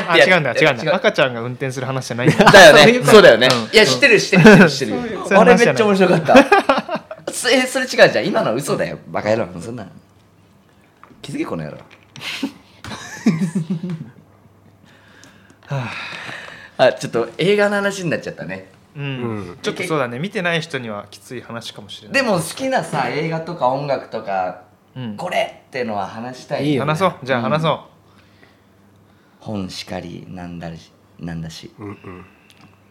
[SPEAKER 2] あ
[SPEAKER 1] てやっ
[SPEAKER 2] 違うんだ違うんだ
[SPEAKER 1] だ
[SPEAKER 2] 赤ちゃんが運転する話じゃないんだ
[SPEAKER 1] だよねそうだよね、
[SPEAKER 2] うん
[SPEAKER 1] いや知ってる知ってる知ってる知って
[SPEAKER 2] そういう
[SPEAKER 1] るあれ
[SPEAKER 2] そういう話じ
[SPEAKER 1] め
[SPEAKER 2] ゃ
[SPEAKER 1] っちゃ面白かった そえそれ違うじゃん今の嘘だよバカ野郎そんなの気づけこ の野郎あちょっと映画の話になっちゃったね
[SPEAKER 2] うん、
[SPEAKER 3] うん
[SPEAKER 2] ちょっとそうだね見てない人にはきつい話かもしれない
[SPEAKER 1] でも好きなさ映画とか音楽とか、
[SPEAKER 2] うん
[SPEAKER 1] これってのは話したい
[SPEAKER 3] いいよね
[SPEAKER 2] 話そうじゃあ話そう、
[SPEAKER 1] 本しかりなんだしなんだし
[SPEAKER 3] うんうん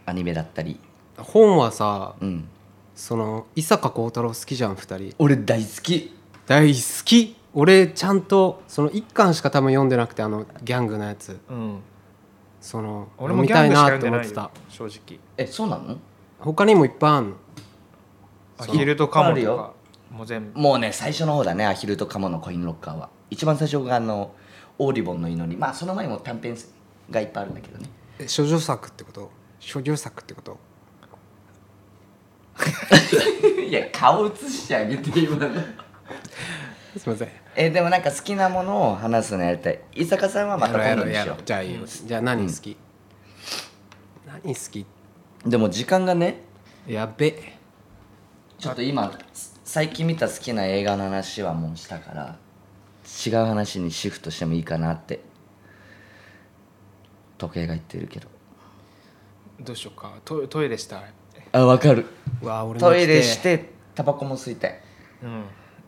[SPEAKER 1] アニメだったり
[SPEAKER 3] 本はさ
[SPEAKER 1] うん
[SPEAKER 3] その伊坂幸太郎好きじゃん二人
[SPEAKER 1] 俺大好き
[SPEAKER 3] 大好き俺ちゃんとその一巻しか多分読んでなくてあのギャングのやつ
[SPEAKER 2] うん、
[SPEAKER 3] その
[SPEAKER 2] 俺
[SPEAKER 3] 読
[SPEAKER 2] も
[SPEAKER 3] み
[SPEAKER 2] ギャ
[SPEAKER 3] た
[SPEAKER 2] ン
[SPEAKER 3] い
[SPEAKER 2] グしか
[SPEAKER 3] な
[SPEAKER 2] 読
[SPEAKER 3] っ
[SPEAKER 2] ん
[SPEAKER 3] て
[SPEAKER 2] で
[SPEAKER 3] 思
[SPEAKER 2] な
[SPEAKER 3] っ
[SPEAKER 2] い
[SPEAKER 3] てた
[SPEAKER 2] よ正直
[SPEAKER 1] えそうなの
[SPEAKER 3] 他にもいっぱいあんの
[SPEAKER 2] アヒルとカモ
[SPEAKER 1] いっぱい
[SPEAKER 2] と
[SPEAKER 1] ある
[SPEAKER 2] かもう全部
[SPEAKER 1] もうね最初の方だね「アヒルとカモのコインロッカーは」一番最初があの「オーリボンの祈り」まあその前にも短編がいっぱいあるんだけどね
[SPEAKER 3] え処女作ってこと処女作ってこと
[SPEAKER 1] いや顔映してあげて今の
[SPEAKER 3] すみません
[SPEAKER 1] えでもなんか好きなものを話すのやりたい伊坂さんはまた今度にしよ
[SPEAKER 3] じゃあいいよじゃあ何好き、何好き
[SPEAKER 1] うでも時間がね
[SPEAKER 3] やべ
[SPEAKER 1] ちょっと今最近見た好きな映画の話はもうしたから違う話にシフトしてもいいかなって時計が言ってるけど
[SPEAKER 2] どうしようかトイトイレしたい、
[SPEAKER 1] あわかる
[SPEAKER 3] わあ俺も
[SPEAKER 1] トイレしてタバコも吸いたい
[SPEAKER 2] うん、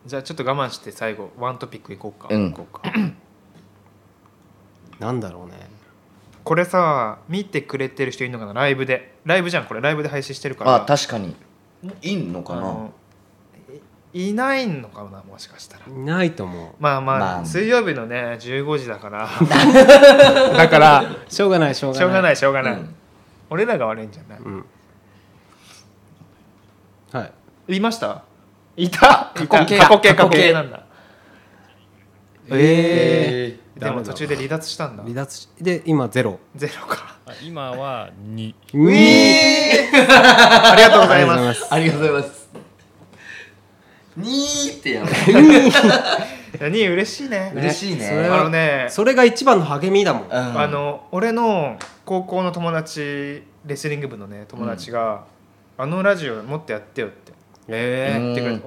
[SPEAKER 2] じゃあちょっと我慢して最後ワントピックいこうか、
[SPEAKER 1] うん
[SPEAKER 2] いこか
[SPEAKER 3] なんだろうね
[SPEAKER 2] これさ見てくれてる人いるのかなライブでライブじゃんこれライブで配信してるから
[SPEAKER 1] あ確かにいんのか
[SPEAKER 2] あ
[SPEAKER 1] な
[SPEAKER 2] のいいないのかなもしかしたら
[SPEAKER 3] いないと思
[SPEAKER 2] まあまあ、
[SPEAKER 1] まあ
[SPEAKER 2] 水曜日のね15時だか ら
[SPEAKER 3] うだからしょうがないしょうがな
[SPEAKER 2] し
[SPEAKER 3] い
[SPEAKER 2] ょうがないしょうがない、
[SPEAKER 1] うん
[SPEAKER 2] 俺らが悪いんじゃない、
[SPEAKER 3] うんはい
[SPEAKER 2] 言いましたいた
[SPEAKER 1] 過去形
[SPEAKER 2] いた過去形
[SPEAKER 1] 過
[SPEAKER 2] 過
[SPEAKER 1] 去
[SPEAKER 2] 去形
[SPEAKER 1] 形
[SPEAKER 2] なんだ
[SPEAKER 3] え
[SPEAKER 1] え
[SPEAKER 2] でも途中で離脱したんだ
[SPEAKER 3] 離脱しで今ゼロ
[SPEAKER 2] ゼロか
[SPEAKER 4] あ今は2
[SPEAKER 3] うえ
[SPEAKER 2] ありがとうございます
[SPEAKER 1] ーありがとうございますにーってやばい
[SPEAKER 2] に嬉しいね
[SPEAKER 1] 嬉しいね
[SPEAKER 3] それ
[SPEAKER 2] あ
[SPEAKER 3] は
[SPEAKER 2] のね
[SPEAKER 3] それが一番の励みだもん、
[SPEAKER 1] うん
[SPEAKER 2] あの俺の高校の友達レスリング部のね友達が、あのラジオもっとやってよ」って
[SPEAKER 3] え
[SPEAKER 1] うん
[SPEAKER 2] 言ってくれて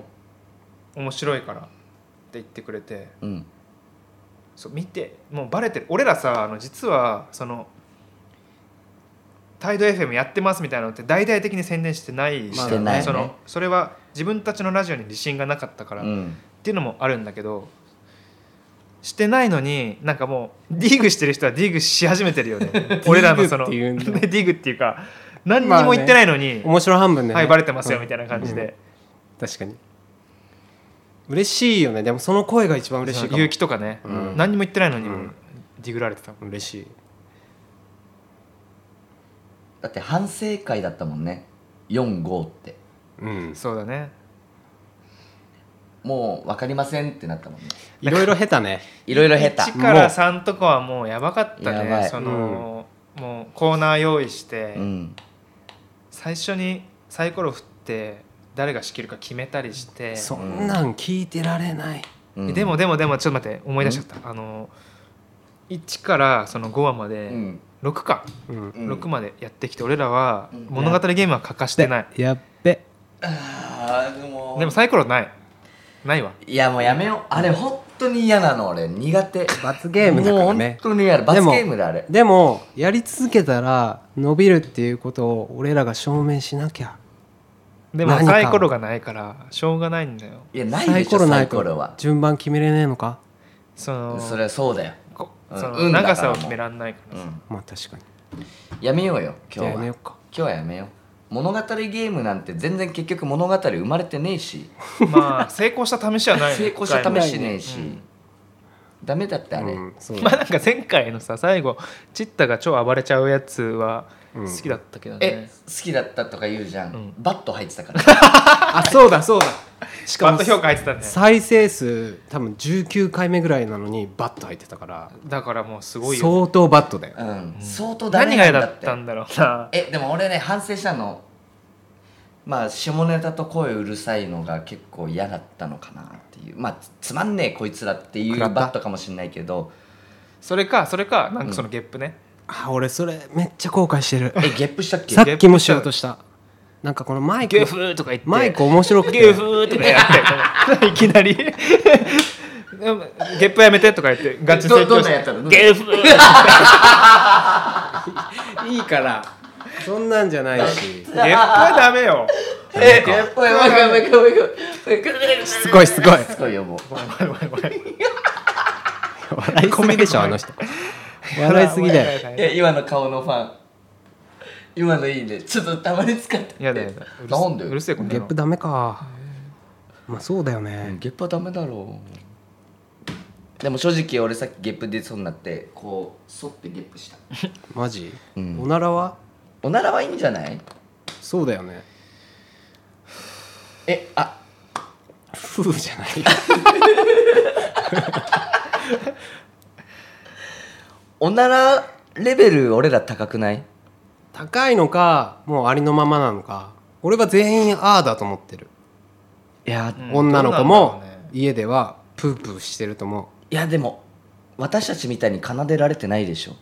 [SPEAKER 2] お面白いから」って言ってくれて
[SPEAKER 1] うん
[SPEAKER 2] そう見てもうバレてる俺らさあの実はその「タイド FM やってます」みたいなのって大々的に宣伝してない
[SPEAKER 1] ま
[SPEAKER 3] あ
[SPEAKER 2] し
[SPEAKER 3] ね
[SPEAKER 2] そのそれは自分たちのラジオに自信がなかったから、
[SPEAKER 1] う
[SPEAKER 2] っ
[SPEAKER 1] ん
[SPEAKER 2] ていうのもあるんだけどしてないのになんかもうディーグしてる人はディーグし始めてるよ ね俺らのその
[SPEAKER 3] デ
[SPEAKER 2] デ
[SPEAKER 3] ィ
[SPEAKER 2] ィ
[SPEAKER 3] グってい
[SPEAKER 2] ー
[SPEAKER 3] うんだ
[SPEAKER 2] グっていうか何にも言ってないのに、
[SPEAKER 3] 面白半分で、ね、
[SPEAKER 2] はいバレてますよみ
[SPEAKER 3] い
[SPEAKER 2] たいな感じで、
[SPEAKER 3] な確かに嬉しいよねでもその声が一番嬉しいかも
[SPEAKER 2] 勇気とかね、
[SPEAKER 3] うん
[SPEAKER 2] 何にも言ってないのに、
[SPEAKER 3] うん
[SPEAKER 2] ディグられてたもん
[SPEAKER 3] 嬉しい
[SPEAKER 1] だって反省会だったもんね45って
[SPEAKER 3] うん
[SPEAKER 2] そうだね
[SPEAKER 1] もう分かりませんってなったもんね
[SPEAKER 3] いろいろ下手ね
[SPEAKER 1] いろいろ下手
[SPEAKER 2] 1から3とかはもうやばかった
[SPEAKER 1] やば
[SPEAKER 2] ね
[SPEAKER 1] い
[SPEAKER 2] その、もうコーナー用意して、
[SPEAKER 1] うん
[SPEAKER 2] 最初にサイコロ振って誰が仕切るか決めたりして
[SPEAKER 3] そんなん聞いてられない
[SPEAKER 1] うん
[SPEAKER 2] でもでもでもちょっと待って思い出しちゃった、あの1からその5話ま
[SPEAKER 1] う
[SPEAKER 2] で
[SPEAKER 1] ん
[SPEAKER 2] 6か、
[SPEAKER 3] うん
[SPEAKER 1] うん
[SPEAKER 2] 6までやってきて俺らは
[SPEAKER 1] うん
[SPEAKER 2] 物語ゲームは欠かしてない、
[SPEAKER 3] やっべ
[SPEAKER 1] あーでも
[SPEAKER 2] でもサイコロないないわ
[SPEAKER 1] いやもうやめようあれ本当に嫌なの俺苦手
[SPEAKER 3] 罰ゲームだか
[SPEAKER 1] も
[SPEAKER 3] らね
[SPEAKER 1] う本当に嫌だ罰
[SPEAKER 3] でも
[SPEAKER 1] ゲームだあれ
[SPEAKER 3] でもやり続けたら伸びるっていうことを俺らが証明しなきゃ
[SPEAKER 2] でも
[SPEAKER 3] 何か
[SPEAKER 2] サイコロがないからしょうがないんだよ
[SPEAKER 1] いやないでしょサイコロは
[SPEAKER 3] 順番決めれねえのか
[SPEAKER 2] その
[SPEAKER 1] それはそうだよ
[SPEAKER 2] こ
[SPEAKER 1] うん
[SPEAKER 2] その
[SPEAKER 1] 運だから
[SPEAKER 2] 長さを決めらんないから
[SPEAKER 1] う
[SPEAKER 2] さ、
[SPEAKER 1] ん
[SPEAKER 3] まあ確かに
[SPEAKER 1] やめようよ
[SPEAKER 3] じゃ
[SPEAKER 1] 今
[SPEAKER 3] あ
[SPEAKER 1] 日は
[SPEAKER 3] やめよ
[SPEAKER 1] 今
[SPEAKER 3] うか
[SPEAKER 1] 日はやめよう物語ゲームなんて全然結局物語生まれてねえし
[SPEAKER 2] まあ成功した試しはないよ
[SPEAKER 1] 成功した試し
[SPEAKER 2] 一回も
[SPEAKER 1] ねえし
[SPEAKER 2] うん
[SPEAKER 1] ダメだってあれ
[SPEAKER 3] うんそ う
[SPEAKER 2] まあなんか前回のさ最後チッタが超暴れちゃうやつは好きだったけど
[SPEAKER 1] え
[SPEAKER 2] ね、
[SPEAKER 1] 好きだったとか言うじゃん
[SPEAKER 2] ん
[SPEAKER 1] バット入ってたから
[SPEAKER 3] あそうだそうだしか
[SPEAKER 2] バッ
[SPEAKER 3] も
[SPEAKER 2] ト評価入ってたね
[SPEAKER 3] 再生数多分19回目ぐらいなのにバット入ってたから
[SPEAKER 2] だからもうすごいよ
[SPEAKER 3] 相当バットだよ
[SPEAKER 1] うん相当ダメな
[SPEAKER 2] 何が嫌
[SPEAKER 1] んだ
[SPEAKER 2] だ
[SPEAKER 1] っ
[SPEAKER 2] ってたんだ ろうな
[SPEAKER 1] えでも俺ね反省したのまあ下ネタと声うるさいのが結構嫌だったのかなっていうまあつつまんねえこいつらっていう
[SPEAKER 3] 食らった
[SPEAKER 1] バットかもしんないけど
[SPEAKER 2] それかそれかなんかそのゲップね、
[SPEAKER 3] あ俺それめっちゃ後悔してる
[SPEAKER 1] えゲップしたっけ
[SPEAKER 3] さっきもしようとしたなんかこのマイク
[SPEAKER 2] フーとか言っ
[SPEAKER 3] マイク面白く
[SPEAKER 2] ゲ
[SPEAKER 3] て
[SPEAKER 2] フーとかやって いきなりでもゲップやめてとか言ってガチ
[SPEAKER 1] ど
[SPEAKER 2] 説
[SPEAKER 1] ど
[SPEAKER 2] 教
[SPEAKER 1] んなや
[SPEAKER 2] し
[SPEAKER 1] ったの
[SPEAKER 2] ゲフー
[SPEAKER 3] いいからそんなんじゃないし
[SPEAKER 2] ゲップはダメよ
[SPEAKER 1] えゲップおいおいおいおいおいおい
[SPEAKER 3] すごいすごい
[SPEAKER 1] すごいよもう
[SPEAKER 2] ごめんごめんごめんごめん
[SPEAKER 3] 笑いすぎでしょあの人笑いすぎだよ
[SPEAKER 1] いや今の顔のファン今のいいねちょっとたまに使って
[SPEAKER 2] やだやだうるせ
[SPEAKER 1] なんで
[SPEAKER 2] うるせえこんな
[SPEAKER 3] ゲッ
[SPEAKER 2] の
[SPEAKER 3] プダメかまあそうだよね
[SPEAKER 1] ゲップはダメだろうでも正直俺さっきゲップ出そうになってこうそってゲップした
[SPEAKER 3] マジ
[SPEAKER 1] うん
[SPEAKER 3] おならは
[SPEAKER 1] おならはいいんじゃない
[SPEAKER 3] そうだよね
[SPEAKER 1] えあ
[SPEAKER 3] ふうじゃない
[SPEAKER 1] おならレベル俺ら高くない
[SPEAKER 3] 高いのかもうありのままなのか俺は全員ああだと思ってる
[SPEAKER 1] いや、
[SPEAKER 2] うん
[SPEAKER 1] い
[SPEAKER 3] 女の子
[SPEAKER 2] どう
[SPEAKER 3] も
[SPEAKER 2] なんだろうね
[SPEAKER 3] 家ではプープーしてると思う
[SPEAKER 1] やでも私たちみたいに奏でられてないでしょ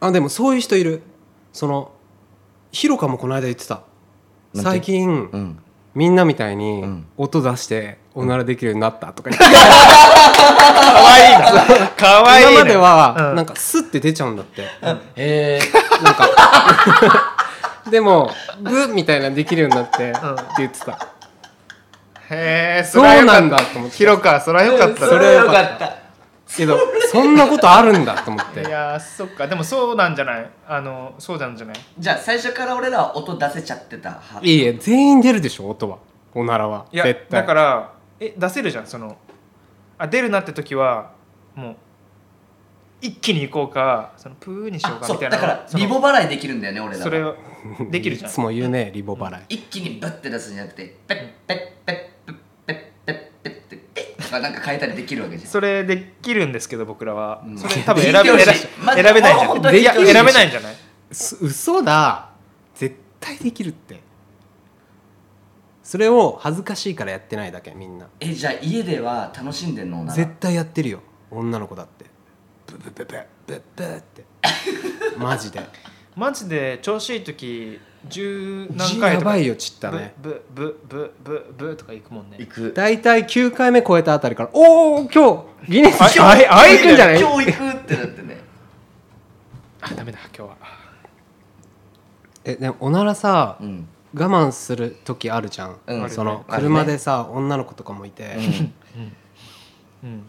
[SPEAKER 3] あでもそういう人いるそのひろかもこの間言ってた
[SPEAKER 1] なんて
[SPEAKER 3] 最近
[SPEAKER 1] うん
[SPEAKER 3] みんなみたいに
[SPEAKER 1] うん
[SPEAKER 3] 音出しておならできるようになったとか言って
[SPEAKER 2] かわいいなかわいいな
[SPEAKER 3] 今までは
[SPEAKER 2] うん
[SPEAKER 3] なんかスッて出ちゃうんだって
[SPEAKER 1] へえ
[SPEAKER 3] なんかでもブッみたいなのできるようになってって
[SPEAKER 2] ん
[SPEAKER 3] 言ってた
[SPEAKER 2] へえ
[SPEAKER 3] そうなんだと思って
[SPEAKER 2] ヒロかそらよかったね
[SPEAKER 3] それはよかったけどそんなことあるんだと思って
[SPEAKER 2] いやーそっかでもそうなんじゃないあのそうなんじゃない
[SPEAKER 1] じゃあ最初から俺らは音出せちゃってたはい
[SPEAKER 3] いえ全員出るでしょ音はおならはい
[SPEAKER 2] や
[SPEAKER 3] 絶対
[SPEAKER 2] だからえ出せるじゃんそのあ出るなって時はもう一気に行こうかそのプーにしよう
[SPEAKER 1] あ
[SPEAKER 2] か
[SPEAKER 1] そう
[SPEAKER 2] みたいな
[SPEAKER 1] だから
[SPEAKER 2] その
[SPEAKER 1] リボ払いできるんだよね俺らは
[SPEAKER 2] それをできるじゃん
[SPEAKER 3] いつも言うねリボ払い
[SPEAKER 1] 一気にバッて出すんじゃなくてペッペッペッペッペッペッペッペッペッとかなんか変えたりできるわけじゃん
[SPEAKER 2] それできるんですけど僕らは、
[SPEAKER 1] うん
[SPEAKER 2] それ多分選
[SPEAKER 1] 聞いてほ
[SPEAKER 2] べ
[SPEAKER 1] しい
[SPEAKER 2] 選
[SPEAKER 1] ま
[SPEAKER 2] べ選べないじゃ
[SPEAKER 1] 本当
[SPEAKER 2] ん
[SPEAKER 1] に
[SPEAKER 2] いや
[SPEAKER 1] 聞いてほしい
[SPEAKER 2] 選べないんじゃない
[SPEAKER 3] す嘘だ絶対できるってそれを恥ずかしいからやってないだけみんな
[SPEAKER 1] えじゃあ家では楽しんでんのおなら
[SPEAKER 3] 絶対やってるよ女の子だってブブブブブブってマジで
[SPEAKER 2] マジで調子いい時十何
[SPEAKER 3] 字
[SPEAKER 2] 回
[SPEAKER 3] や
[SPEAKER 2] とか
[SPEAKER 3] ばいよちったね
[SPEAKER 2] ブブブブブブとか行くもんね
[SPEAKER 1] 行く
[SPEAKER 3] 大体9回目超えたあたりからおお今日ギネス
[SPEAKER 2] あ
[SPEAKER 3] あれあれ行くんじゃない
[SPEAKER 1] 今日行くってなってね
[SPEAKER 2] あダメだ今日は
[SPEAKER 3] えでもおならさ、
[SPEAKER 1] うん
[SPEAKER 3] 我慢する時あるじゃん、
[SPEAKER 1] うん
[SPEAKER 3] その
[SPEAKER 1] あるね
[SPEAKER 3] 車でさ、女の子とかもいて、
[SPEAKER 2] うん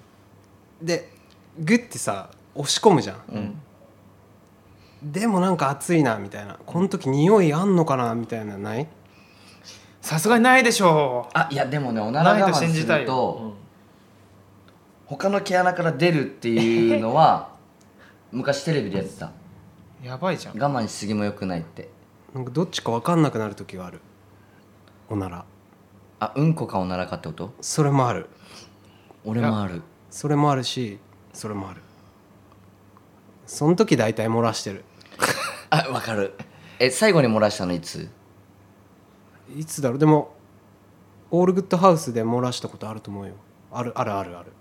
[SPEAKER 3] でグッてさ押し込むじゃん、
[SPEAKER 1] ん
[SPEAKER 3] でもなんか暑いなみたいなこの時匂いあんのかなみたいなのない
[SPEAKER 2] さすがにないでしょ
[SPEAKER 1] あいやでもねお
[SPEAKER 2] う
[SPEAKER 1] なら
[SPEAKER 2] ない
[SPEAKER 1] 我
[SPEAKER 2] と信
[SPEAKER 1] 慢
[SPEAKER 2] じ
[SPEAKER 1] す
[SPEAKER 2] たい
[SPEAKER 1] る
[SPEAKER 2] よ、
[SPEAKER 1] と他の毛穴から出るっていうのは 昔テレビでやってた
[SPEAKER 2] うんやばいじゃん
[SPEAKER 1] 我慢しすぎもよくないって
[SPEAKER 3] なんかどっちか分かんなくなる時があるおなら
[SPEAKER 1] あうんこかおならかってこと
[SPEAKER 3] それもある
[SPEAKER 1] 俺もある
[SPEAKER 3] それもあるしそれもあるその時大体漏らしてる
[SPEAKER 1] あわかるえ最後に漏らしたのいつ
[SPEAKER 3] いつだろうでもオールグッドハウスで漏らしたことあると思うよあるあるあるある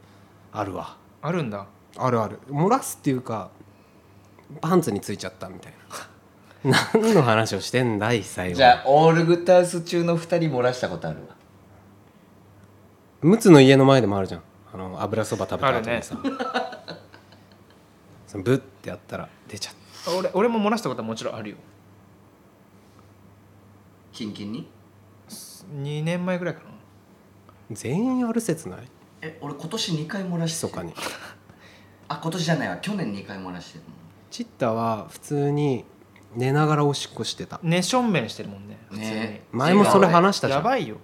[SPEAKER 3] あるわ
[SPEAKER 2] あるんだ
[SPEAKER 3] あるある漏らすっていうかパンツについちゃったみたい な何の話をしてんだい最
[SPEAKER 1] じゃ
[SPEAKER 3] 後
[SPEAKER 1] あオールグッドハウス中の2人漏らしたことあるわ
[SPEAKER 3] 陸奥の家の前でもあるじゃんあの油そば食べた
[SPEAKER 2] ある
[SPEAKER 3] 後
[SPEAKER 2] ね
[SPEAKER 3] にさ、 そのブッてやったら出ちゃっ
[SPEAKER 2] 俺俺も漏らしたことはもちろんあるよ
[SPEAKER 1] キンキンに
[SPEAKER 2] 2年前ぐらいかな
[SPEAKER 3] た全員ある説ない
[SPEAKER 1] え俺今年2回漏らして
[SPEAKER 3] 密
[SPEAKER 1] る
[SPEAKER 3] かに
[SPEAKER 1] あ今年じゃないわ去年2回漏らしてる
[SPEAKER 3] チッタは普通に寝ながらおしっこしてた
[SPEAKER 2] 寝正面してるもんね普通に
[SPEAKER 1] ね
[SPEAKER 3] 前もそれ話したじゃ
[SPEAKER 2] や
[SPEAKER 3] ん、
[SPEAKER 2] ばいよ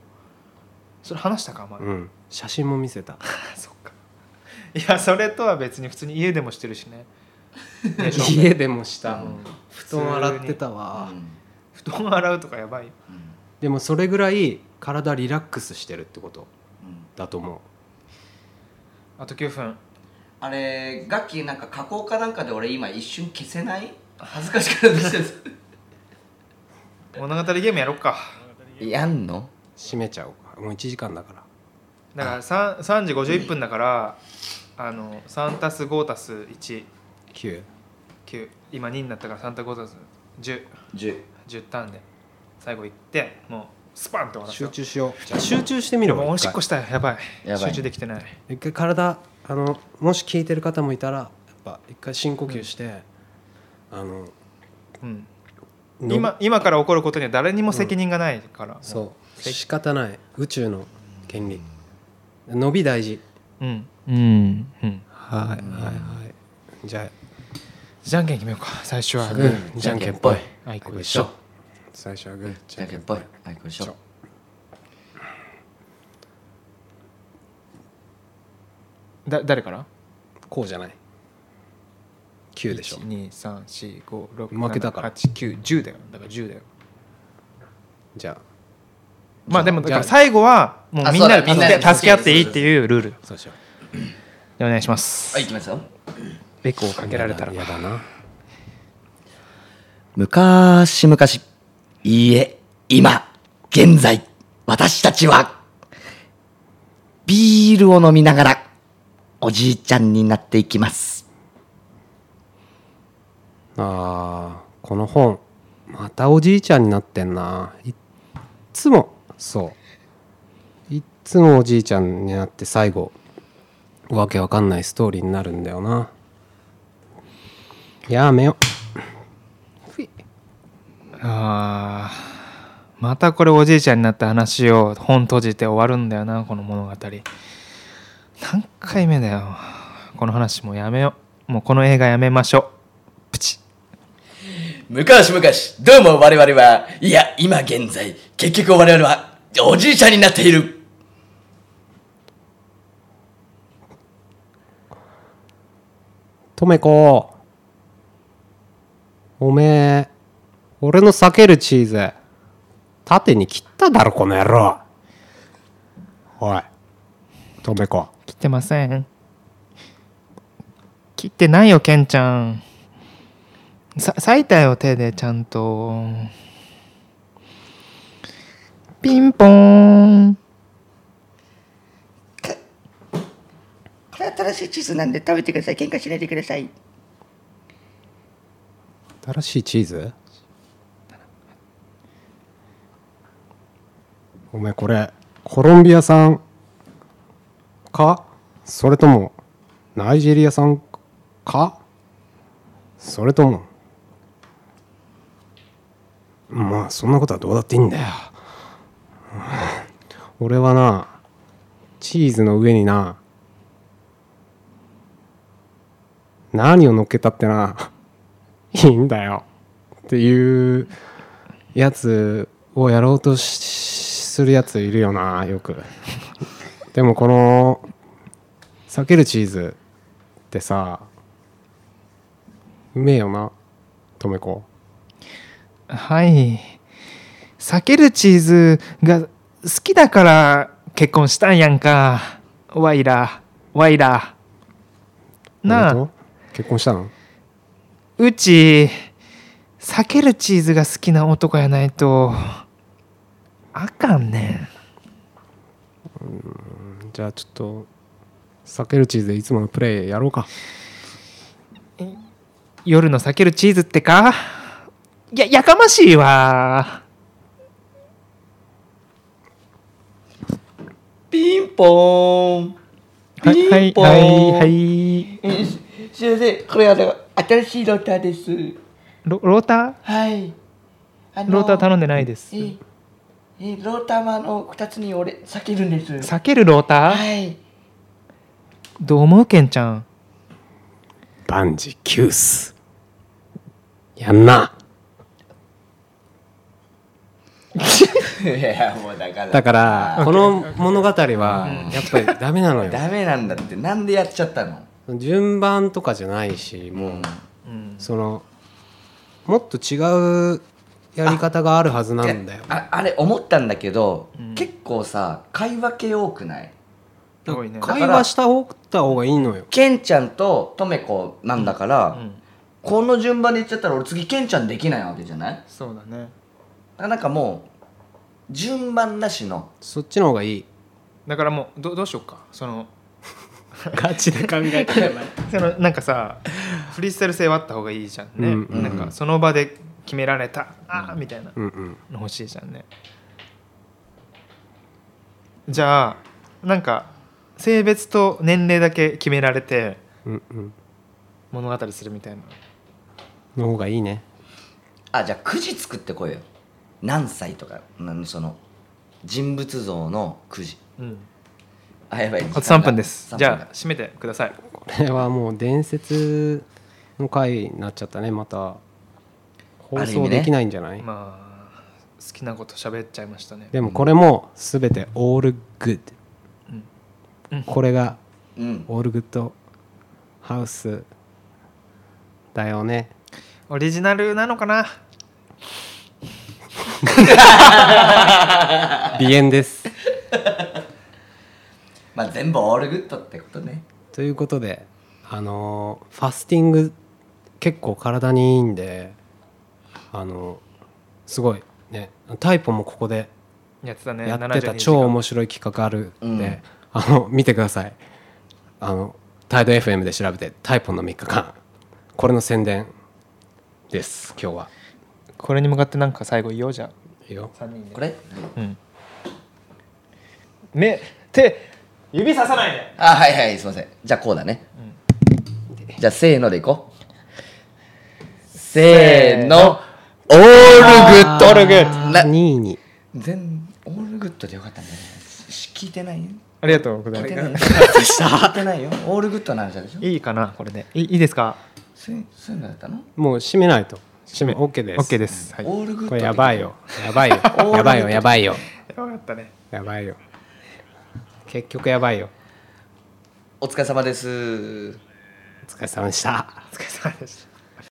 [SPEAKER 2] それ話したかお前、
[SPEAKER 3] うん、写真も見せた
[SPEAKER 2] そっかいやそれとは別に普通に家でもしてるしねね正面
[SPEAKER 3] 家でもした
[SPEAKER 2] うん
[SPEAKER 3] 布団洗ってたわ、
[SPEAKER 1] うん
[SPEAKER 2] 布団洗うとかやばいよ
[SPEAKER 1] うん
[SPEAKER 3] でもそれぐらい体リラックスしてるってこと
[SPEAKER 1] うん
[SPEAKER 3] だと思う
[SPEAKER 2] あと9分
[SPEAKER 1] あれ楽器なんか加工かなんかで俺今一瞬消せない恥ずかしくなってきて
[SPEAKER 2] 物語ゲームやろっか
[SPEAKER 1] るやんの
[SPEAKER 3] 閉めちゃおうかもう1時間だから
[SPEAKER 2] だから 3, 3時51分だからあの3たす5たす1
[SPEAKER 3] 9
[SPEAKER 2] 9今2になったから3た5たす1010
[SPEAKER 1] 10
[SPEAKER 2] ターンで最後行ってもうスパンって終わらせ
[SPEAKER 3] 集
[SPEAKER 2] よう
[SPEAKER 3] 中しようじゃあ集中してみ
[SPEAKER 2] で
[SPEAKER 3] ろ
[SPEAKER 2] も
[SPEAKER 3] も
[SPEAKER 2] お
[SPEAKER 3] う一
[SPEAKER 2] しっ
[SPEAKER 3] 回
[SPEAKER 2] こしたいやばい
[SPEAKER 1] やばい
[SPEAKER 2] 集中できてない
[SPEAKER 3] 一回体あのもし聞いてる方もいたらやっぱ一回深呼吸して、あの
[SPEAKER 2] うん
[SPEAKER 3] の
[SPEAKER 2] 今今から起こることには誰にも責任がないから、
[SPEAKER 3] そう仕方ない宇宙の権利伸び大事
[SPEAKER 2] うんうんうん
[SPEAKER 3] はいはいはいじゃ
[SPEAKER 2] じゃんけん決めようか最初
[SPEAKER 3] あ
[SPEAKER 2] は
[SPEAKER 3] グーじゃんけんぽい
[SPEAKER 2] あいこで
[SPEAKER 3] で
[SPEAKER 2] し
[SPEAKER 3] し
[SPEAKER 2] ょ
[SPEAKER 3] ょ最初はグーじ
[SPEAKER 1] じゃ
[SPEAKER 3] ゃ
[SPEAKER 1] ん
[SPEAKER 3] ん
[SPEAKER 1] け
[SPEAKER 3] け
[SPEAKER 1] ん
[SPEAKER 3] ん
[SPEAKER 1] ぽ
[SPEAKER 3] ぽ
[SPEAKER 1] い
[SPEAKER 3] い
[SPEAKER 1] はいこれしょ
[SPEAKER 2] だ誰から
[SPEAKER 3] こうじゃない9でしょ
[SPEAKER 2] 12345
[SPEAKER 3] 負けたから
[SPEAKER 2] 8910だよだから10だよ
[SPEAKER 3] じゃあ
[SPEAKER 2] まあでもだ
[SPEAKER 3] じ
[SPEAKER 2] か
[SPEAKER 3] ゃあ
[SPEAKER 2] ら最後はもう
[SPEAKER 1] あ
[SPEAKER 2] みんな
[SPEAKER 1] そう
[SPEAKER 2] で
[SPEAKER 1] だ
[SPEAKER 2] 助
[SPEAKER 1] みんな
[SPEAKER 2] け
[SPEAKER 1] で
[SPEAKER 2] 助け合っていいっていうルールで
[SPEAKER 3] そうしよう
[SPEAKER 2] お願いします
[SPEAKER 1] はいいきますよ
[SPEAKER 2] ベコをかけられたら
[SPEAKER 3] 嫌だな
[SPEAKER 1] 昔昔いいえ今現在私たちはビールを飲みながらおじいちゃんになっていきます
[SPEAKER 3] あーこの本またおじいちゃんになってんないっつもそういっつもおじいちゃんになって最後わけわかんないストーリーになるんだよなやめよふい
[SPEAKER 2] あーまたこれおじいちゃんになった話を本閉じて終わるんだよなこの物語何回目だよこの話もうやめようもうこの映画やめましょうプチ
[SPEAKER 1] 昔昔どうも我々はいや今現在結局我々はおじいちゃんになっている
[SPEAKER 3] とめこおめえ俺の裂けるチーズ縦に切っただろこの野郎おいとめこ
[SPEAKER 2] 切ってません切ってないよケンちゃんさ裂いたよ手でちゃんとピンポーン
[SPEAKER 4] これ新しい地図なんで食べてください喧嘩しないでください
[SPEAKER 3] 新しいチーズお前これコロンビア産かそれともナイジェリア産かそれともまあそんなことはどうだっていいんだようん俺はなチーズの上にな何を乗っけたってないいんだよっていうやつをやろうとしするやついるよなよくでもこの避けるチーズってさうめえよなとめこ
[SPEAKER 2] はい避けるチーズが好きだから結婚したんやんかワイラワイラなあ
[SPEAKER 3] 俺と結婚したの
[SPEAKER 2] うち避けるチーズが好きな男やないとあかんねん
[SPEAKER 3] じゃあちょっと避けるチーズでいつものプレイやろうか
[SPEAKER 2] 夜の避けるチーズってかいややかましいわ
[SPEAKER 1] ピンポーン
[SPEAKER 2] はいは
[SPEAKER 1] ピン
[SPEAKER 2] い
[SPEAKER 1] ポーン
[SPEAKER 2] はいはい
[SPEAKER 1] えすすいませんこれあの新しいローターです
[SPEAKER 2] ロロータ
[SPEAKER 1] はいあ
[SPEAKER 2] ーローター頼んでないです
[SPEAKER 1] えーえーローターはあの2つに俺避けるんです
[SPEAKER 2] 避けるローター
[SPEAKER 1] はい
[SPEAKER 2] どう思うけんちゃん
[SPEAKER 3] バンジキュースやんない
[SPEAKER 1] やもうだから
[SPEAKER 3] だからこの物語はやっぱりダメなのよ
[SPEAKER 1] ダメなんだってなんでやっちゃったの
[SPEAKER 3] 順番とかじゃないしもう
[SPEAKER 1] もう
[SPEAKER 3] そのもっと違うやり方があるはずなんだよ
[SPEAKER 1] ああれ思ったんだけど、結構さ会話系多くない
[SPEAKER 2] 多いね
[SPEAKER 3] 会話した方がいいのよ
[SPEAKER 1] ケンちゃんととめこなんだから、
[SPEAKER 2] うん
[SPEAKER 1] この順番でいっちゃったら俺次ケンちゃんできないわけじゃない
[SPEAKER 2] そうだね
[SPEAKER 1] あなんかもう順番なしの
[SPEAKER 3] そっちの方がいい
[SPEAKER 2] だからもうどどうしようかその
[SPEAKER 3] ガチで考えてない
[SPEAKER 2] そのなんかさフリースタイル性はあった方がいいじゃんね、
[SPEAKER 3] うんうん
[SPEAKER 2] なんかその場で決められたあーみたいな
[SPEAKER 3] うんうん
[SPEAKER 2] の欲しいじゃんねじゃあなんか性別と年齢だけ決められて
[SPEAKER 3] うんうん
[SPEAKER 2] 物語するみたいな
[SPEAKER 3] の方がいいね
[SPEAKER 1] あじゃあくじ作ってこいよ何歳とかなんその人物像のくじ
[SPEAKER 2] うん
[SPEAKER 1] あやばい
[SPEAKER 2] あと3分です
[SPEAKER 1] 3
[SPEAKER 2] じ
[SPEAKER 1] だ
[SPEAKER 2] ゃあ締めてください
[SPEAKER 3] これはもう伝説の回になっちゃったねまた放
[SPEAKER 1] ある意味
[SPEAKER 3] 送
[SPEAKER 1] ね
[SPEAKER 3] できないんじゃない、
[SPEAKER 2] まあ好きなこと喋っちゃいましたね
[SPEAKER 3] でもこれも全てオールグッ
[SPEAKER 2] うんうん
[SPEAKER 3] ドこれが
[SPEAKER 1] うん
[SPEAKER 3] オールグッドハウスだよね
[SPEAKER 2] オリジナルなのかな
[SPEAKER 3] 鼻炎です
[SPEAKER 1] まあ全部オールグッドってことね
[SPEAKER 3] ということであのーファスティング結構体にいいんであのすごいねタイポもここで
[SPEAKER 2] やってたね
[SPEAKER 3] やってた
[SPEAKER 2] 72
[SPEAKER 3] 超
[SPEAKER 2] 時間
[SPEAKER 3] 面白い企画あるんで、
[SPEAKER 1] うん
[SPEAKER 3] あの見てくださいあのタイド FM で調べてタイポの3日間これの宣伝です今日は
[SPEAKER 2] これに向かってなんか最後言おうじゃん
[SPEAKER 3] いいよ
[SPEAKER 2] 3人で
[SPEAKER 1] これ
[SPEAKER 2] うん目手指ささないで
[SPEAKER 1] あはいはいすいませんじゃあこうだね、じゃあせーのでいこうせーのオールグッド
[SPEAKER 2] オールグッド
[SPEAKER 1] な
[SPEAKER 3] 2位に
[SPEAKER 1] 全オールグッドでよかったんだねし聞いてないよ
[SPEAKER 2] ありがとうござ
[SPEAKER 1] 聞い
[SPEAKER 2] い
[SPEAKER 1] て
[SPEAKER 2] ま
[SPEAKER 1] ないよ
[SPEAKER 2] す
[SPEAKER 1] 聞いて ないよオールグッドなんじゃでしょ
[SPEAKER 2] いいかなこれでいいいいですか
[SPEAKER 1] そういうそういうのだったの、
[SPEAKER 3] もう締めないと締め
[SPEAKER 2] め
[SPEAKER 3] OK です
[SPEAKER 2] OK ですはい
[SPEAKER 1] オールグッド
[SPEAKER 3] これやばいよやばいよ
[SPEAKER 1] ド
[SPEAKER 3] やばいよやばいよ
[SPEAKER 2] 分かったね
[SPEAKER 3] やばいよ結局やばいよ
[SPEAKER 1] お疲れ様です
[SPEAKER 3] お疲れ様でした
[SPEAKER 2] お疲れ様でした